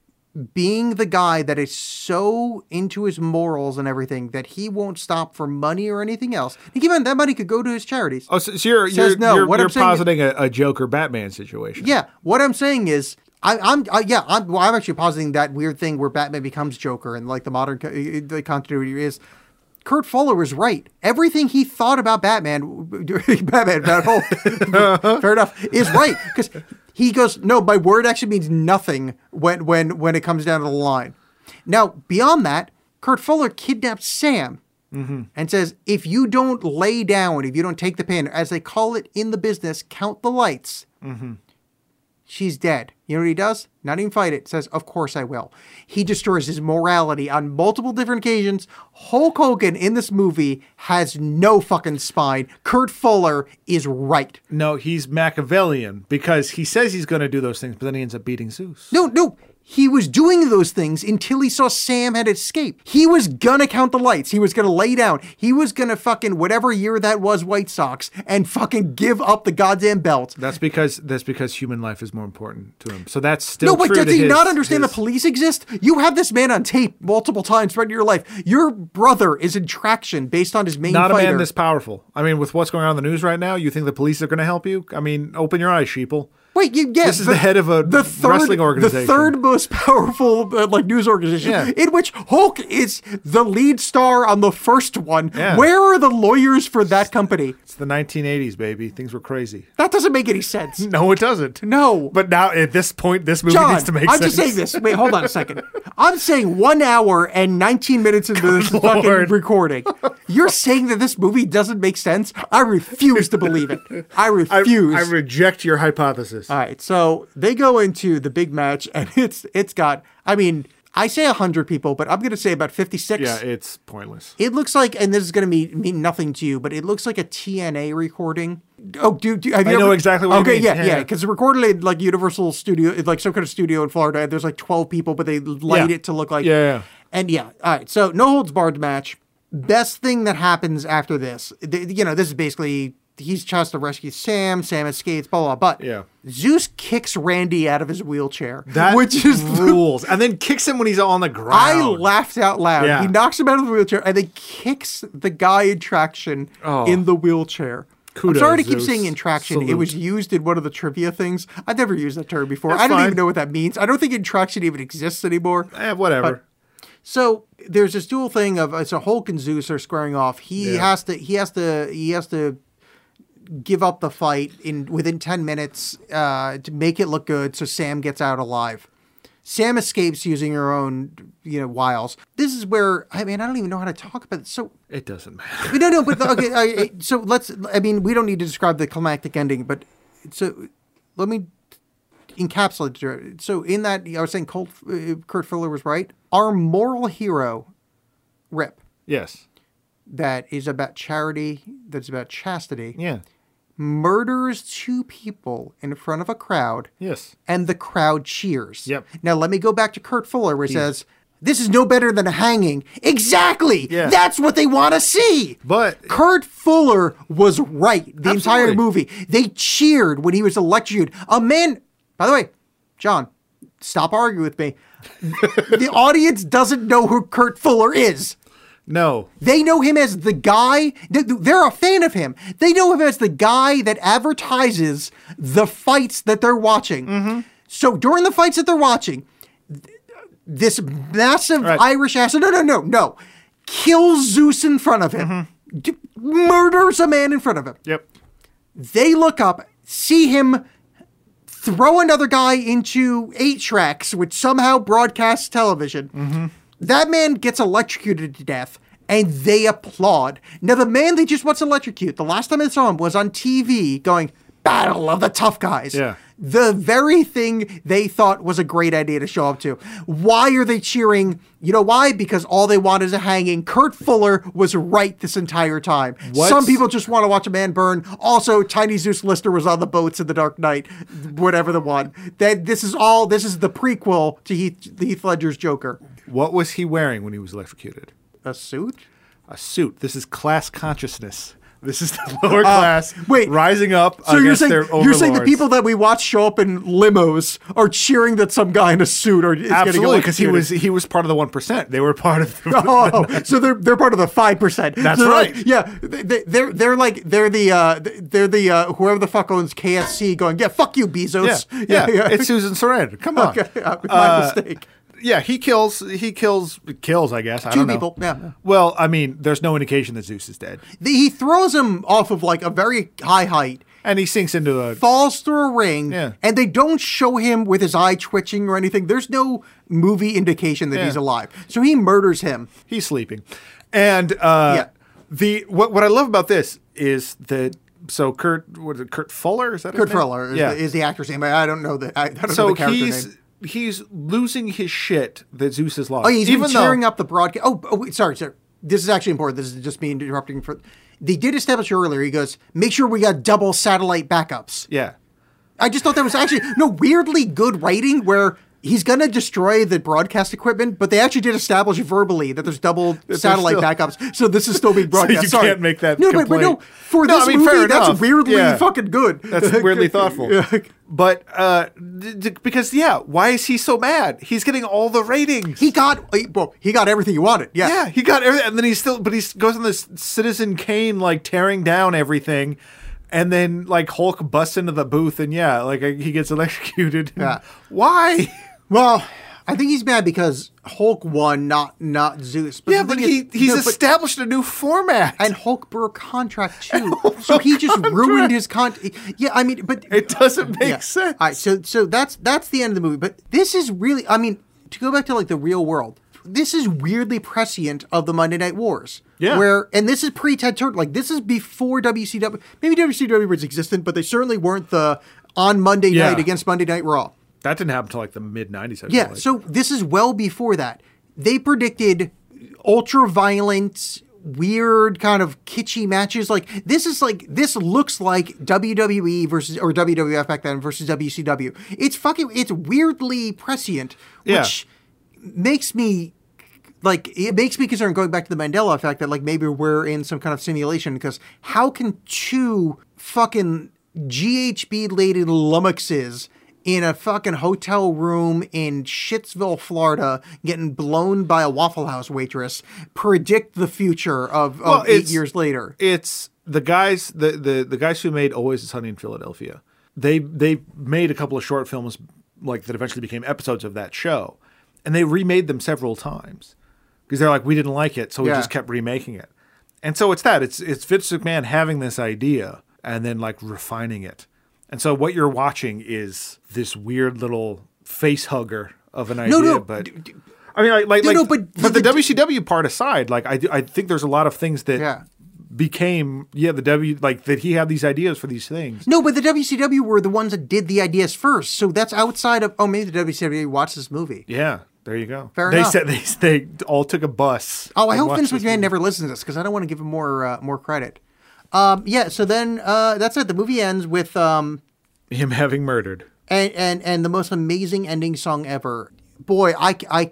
being the guy that is so into his morals and everything that he won't stop for money or anything else. And keep in mind that money could go to his charities.
oh, so, so you're
Says
you're,
no.
you're,
What
you're
I'm saying-
positing a, a Joker Batman situation.
Yeah, what I'm saying is, I, I'm uh, yeah, I'm well, I'm actually positing that weird thing where Batman becomes Joker and like the modern co- uh, the continuity is. Kurt Fuller was right. Everything he (laughs) thought about Batman, Batman, about Hulk, fair enough, is right because He goes, no, my word actually means nothing when when when it comes down to the line. Now, beyond that, Kurt Fuller kidnaps Sam and says, if you don't lay down, if you don't take the pin, as they call it in the business, count the lights, she's dead. You know what he does? Not even fight it. Says, of course I will. He destroys his morality on multiple different occasions. Hulk Hogan in this movie has no fucking spine. Kurt Fuller is right.
No, he's Machiavellian because he says he's going to do those things, but then he ends up beating Zeus.
No, no. He was doing those things until he saw Sam had escaped. He was gonna count the lights. He was gonna lay down. He was gonna fucking whatever year that was, White Sox, and fucking give up the goddamn belt.
That's because that's because human life is more important to him. So that's still
No, but
true
does
to
he
his-
not understand
his-
the police exist? You have this man on tape multiple times throughout your life. Your brother is in traction based on his main
Not
fighter.
a man this powerful. I mean, with what's going on in the news right now, you think the police are going to help you? I mean, open your eyes, sheeple.
Wait, you yes,
This is the head of a wrestling organization.
the third most powerful uh, like news organization,
Yeah.
in which Hulk is the lead star on the first one.
Yeah.
Where are the lawyers for that company?
It's the 1980s, baby. Things were crazy.
That doesn't make any sense.
(laughs) No, it doesn't.
No.
But now at this point, this movie
John,
needs to make
I'm
sense.
just saying this. Wait, hold on a second. I'm saying one hour and 19 minutes into this
Lord.
fucking recording. You're saying that this movie doesn't make sense? I refuse to believe it. I
(laughs) I,
refuse.
I reject your hypothesis.
All right, so they go into the big match, and it's it's got. I mean, I say hundred people, but I'm gonna say about fifty six.
yeah, it's pointless.
It looks like, and this is gonna mean, mean nothing to you, but it looks like a TNA recording. Oh, dude, do, have you
I know
ever-
exactly what you
okay,
mean.
yeah,
Yeah.
yeah, because recorded at like Universal Studio, like some kind of studio in Florida. and There's like twelve people, but they light
Yeah.
it to look like
Yeah, yeah.
and yeah, all right. So no holds barred match. Best thing that happens after this, th- you know, this is basically he's tries to rescue Sam. Sam escapes. Blah blah. But
Yeah.
Zeus kicks Randy out of his wheelchair,
That
which is the,
rules, and then kicks him when he's on the ground.
I laughed out loud.
Yeah.
He knocks him out of the wheelchair and then kicks the guy in traction in the wheelchair.
Oh. Kudos,
I'm sorry to keep
Zeus.
saying in traction. It
Salute.
was used in one of the trivia things. I've never used that term before.
That's
I don't
fine.
even know what that means. I don't think in traction even exists anymore.
Eh, whatever.
So there's this dual thing of it's a Hulk and Zeus are squaring off. He
Yeah.
has to he has to he has to give up the fight in within ten minutes uh, to make it look good, so Sam gets out alive. Sam escapes using her own you know wiles. This is where I mean I don't even know how to talk about it. So
it doesn't matter.
no no but the, okay I, I- so let's I mean we don't need to describe the climactic ending, but so let me encapsulate. So in that, I was saying Colt, uh, Kurt Fuller was right. Our moral hero, Rip,
(laughs) Yes.
that is about charity, that's about chastity,
Yeah.
murders two people in front of a crowd,
Yes.
and the crowd cheers.
Yep.
Now let me go back to Kurt Fuller, where he says, "This is no better than a hanging." Exactly.
Yeah.
That's what they want to see.
But
Kurt Fuller was right the entire
Absolutely.
movie. They cheered when he was electrocuted. A man, by the way, John, stop arguing with me. (laughs) the audience doesn't know who Kurt Fuller is.
no,
They know him as the guy. th- th- They're a fan of him. They know him as the guy that advertises the fights that they're watching. So during the fights that they're watching, th- this massive
Right.
Irish ass. No, no, no, no. Kills Zeus in front of him. D- murders a man in front of him.
Yep.
They look up, see him throw another guy into eight tracks, which somehow broadcasts television. That man gets electrocuted to death, and they applaud. Now, the man they just wants to electrocute, the last time I saw him was on TV going, Battle of the Tough Guys.
Yeah.
The very thing they thought was a great idea to show up to. Why are they cheering? You know why? Because all they want is a hanging. Kurt Fuller was right this entire time.
What's-
Some people just want to watch a man burn. Also, Tiny Zeus Lister was on the boats in the Dark Knight, whatever the one. That this is all. This is the prequel to Heath, Heath Ledger's Joker.
What was he wearing when he was electrocuted?
A suit?
A suit. This is class consciousness. This is the (laughs) lower class
Uh, wait.
rising up
So you're
against
saying
their
you're saying the
overlords.
people that we watch show up in limos are cheering that some guy in a suit are is
absolutely
getting
because he
electrocuted.
was (laughs) he was part of the one percent. They were part of the,
(laughs) Oh, so they're they're part of the five percent.
That's right.
yeah, they- they, they're they're like they're the uh, they're the uh, whoever the fuck owns KFC going yeah fuck you
yeah,
Bezos (laughs)
yeah, It's Susan Sarandon. Come on.
Okay, uh, (laughs) my mistake.
Yeah, he kills. He kills. Kills. I guess. I
Two
don't know.
people, yeah.
Well, I mean, there's no indication that Zeus is dead.
The- he throws him off of like a very high height.
and he sinks into the.
falls through a ring,
Yeah.
and they don't show him with his eye twitching or anything. There's no movie indication that
Yeah.
he's alive. So he murders him.
He's sleeping, and uh,
Yeah.
the what what I love about this is that so Kurt what is it Kurt Fuller is that his
Kurt
name?
Fuller is, the, is the actor's name. I I don't know the I, I don't know
so
the character
he's
name.
he's losing his shit that Zeus has lost.
Oh, he's
even
even tearing
though,
up the broadcast. Oh, oh, wait, sorry, sir. This is actually important. This is just me interrupting for. They did establish earlier. He goes, make sure we got double satellite backups.
Yeah,
I just thought that was actually no weirdly good writing where he's gonna destroy the broadcast equipment, but they actually did establish verbally that there's double satellite
still-
backups, so this is
(laughs)
still being broadcast.
you
Sorry.
can't make that
No, but, but no,
complaint.
for
No,
this
I mean,
movie,
fair
that's
enough.
weirdly
Yeah.
fucking good.
that's
(laughs)
weirdly thoughtful.
Yeah.
But uh, d- d- because yeah, why is he so mad? He's getting all the ratings.
He got well, he got everything he wanted. Yeah.
yeah, he got everything, and then he's still, but he goes on this Citizen Kane like tearing down everything, and then like Hulk busts into the booth, and yeah, like uh, he gets (laughs) electrocuted.
Yeah. (laughs)
why?
Well, I think he's mad because Hulk won, not not Zeus.
Yeah,
the
but
thing
he
is-
he's
no, but-
established a new format.
and Hulk
(laughs)
broke contract too, so he just ruined his con. Yeah, I mean, but
it doesn't make
Yeah.
sense.
All right, so so that's that's the end of the movie. But this is really, I mean, to go back to like the real world, this is weirdly prescient of the Monday Night Wars.
Yeah.
Where and this is pre Ted Turner, like this is before WCW. Maybe WCW was existent, but they certainly weren't the on Monday
Yeah.
night against Monday Night Raw.
that didn't happen until like the mid '90s. I feel
Yeah.
like.
So this is well before that. They predicted ultra violent, weird kind of kitschy matches. Like this is like this looks like WWE versus or WWF back then versus WCW. It's fucking it's weirdly prescient, which makes me like it makes me concerned going back to the Mandela effect that like maybe we're in some kind of simulation because how can two fucking GHB laden lummoxes in a fucking hotel room in Shittsville, Florida, getting blown by a Waffle House waitress, predict the future of, of
Well,
eight
it's-
years later?
it's the guys the, the the guys who made Always It's Sunny in Philadelphia. They they made a couple of short films like that eventually became episodes of that show, and they remade them several times because they're like we didn't like it, so we
Yeah.
just kept remaking it. And so it's that it's it's Vince McMahon having this idea and then like refining it. And so what you're watching is this weird little face hugger of an idea,
no,
but.
d- d-
I mean, like, like,
No,
like
no, but-
but the,
but the-
WCW part aside, like, I, do- I think there's a lot of things that
Yeah.
became yeah the W like that he had these ideas for these things.
No, but the WCW were the ones that did the ideas first, so that's outside of oh maybe the WCW watched this movie.
Yeah, there you go.
Fair
they
enough.
said they they all took a bus.
Oh, I
and
hope
watched
Vince
this
McMahon
movie.
never listens to this because I don't want to give him more uh, more credit. Um, yeah, so then uh, that's it. The movie ends with um,
him having murdered.
and and and the most amazing ending song ever. Boy, I, I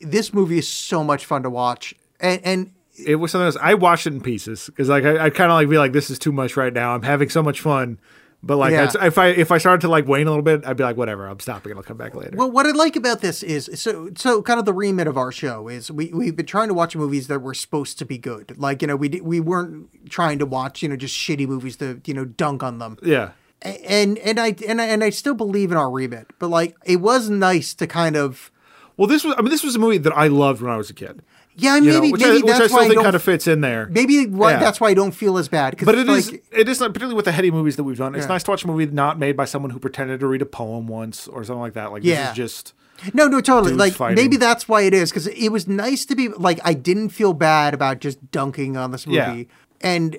this movie is so much fun to watch, and and
It was something else. I watched it in pieces because like I, I kind of like be like this is too much right now. I'm having so much fun, but like
Yeah.
I'd- if I if I started to like wane a little bit, I'd be like whatever. I'm stopping and I'll come back later.
Well, what I like about this is so so kind of the remit of our show is we we've been trying to watch movies that were supposed to be good. Like you know we di- we weren't trying to watch you know just shitty movies to you know dunk on them.
yeah,
A- And and I and I, and I still believe in our remit, but like it was nice to kind of
Well, this was I mean this was a movie that I loved when I was a kid.
yeah
You
maybe
know, which
maybe
I, which
that's
I
why
still
I
think
don't
kind of fits in there.
maybe why,
Yeah.
that's why I don't feel as bad. 'cause
But
it's
it is
like,
it is not particularly with the heady movies that we've done. It's
Yeah.
nice to watch a movie not made by someone who pretended to read a poem once or something like that. Like
Yeah.
this is just
No, no, totally.
dudes
Like
fighting.
maybe that's why it is because it was nice to be like I didn't feel bad about just dunking on this movie.
Yeah.
And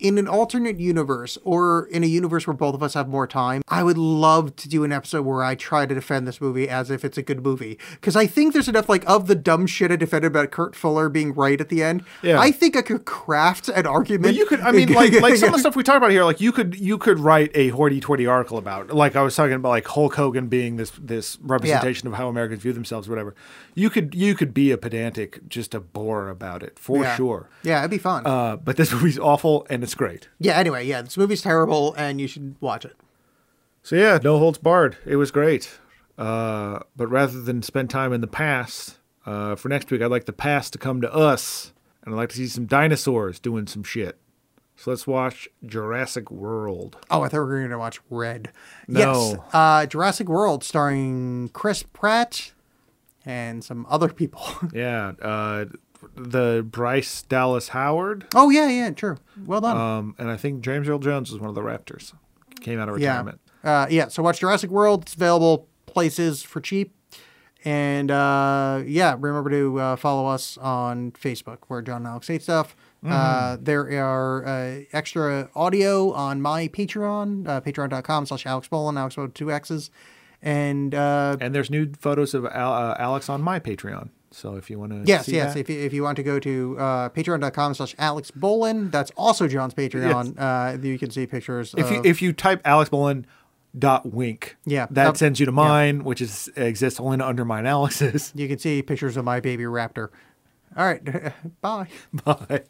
in an alternate universe or in a universe where both of us have more time, I would love to do an episode where I try to defend this movie as if it's a good movie because I think there's enough like of the dumb shit I defended about Kurt Fuller being right at the end.
Yeah.
I think I could craft an argument.
But you could I
(laughs)
mean like like some of the stuff we talked about here, like you could you could write a hoity toity article about like I was talking about like Hulk Hogan being this this representation of how Americans view themselves or whatever. You could you could be a pedantic, just a bore about it for
Yeah.
sure.
Yeah, it'd be fun.
Uh, but this movie's awful and it's great.
yeah. Anyway, yeah, this movie's terrible and you should watch it.
So yeah, no holds barred. It was great. Uh, but rather than spend time in the past, uh, for next week, I'd like the past to come to us, and I'd like to see some dinosaurs doing some shit. So let's watch Jurassic World.
Oh, I thought we were going to watch Red. Yes,
No.
uh, Jurassic World, starring Chris Pratt and some other people. (laughs)
Yeah, uh, the Bryce Dallas Howard,
oh yeah, yeah, true. Well done.
um, and I think James Earl Jones was one of the Raptors. came out of
Yeah.
retirement.
Uh, yeah. So watch Jurassic World. It's available places for cheap. And uh, yeah, remember to uh, follow us on Facebook. where John and Alex Hate Stuff. Uh, there are uh, extra audio on my Patreon, uh, patreon.com slash Alex Bolin, Alex with two X's. And uh,
And there's new photos of Al- uh, Alex on my Patreon. So if you want to
yes,
see
yes,
that,
if you, if you want to go to uh, patreon.com slash Alex Bolin, that's also John's Patreon. Uh, you can see pictures
if you
of-
if you type Alex Bolin dot wink,
Yeah,
that
up-
sends you to
yeah.
mine, which is exists only to undermine Alex's.
you can see pictures of my baby raptor. All right. (laughs) Bye.
Bye.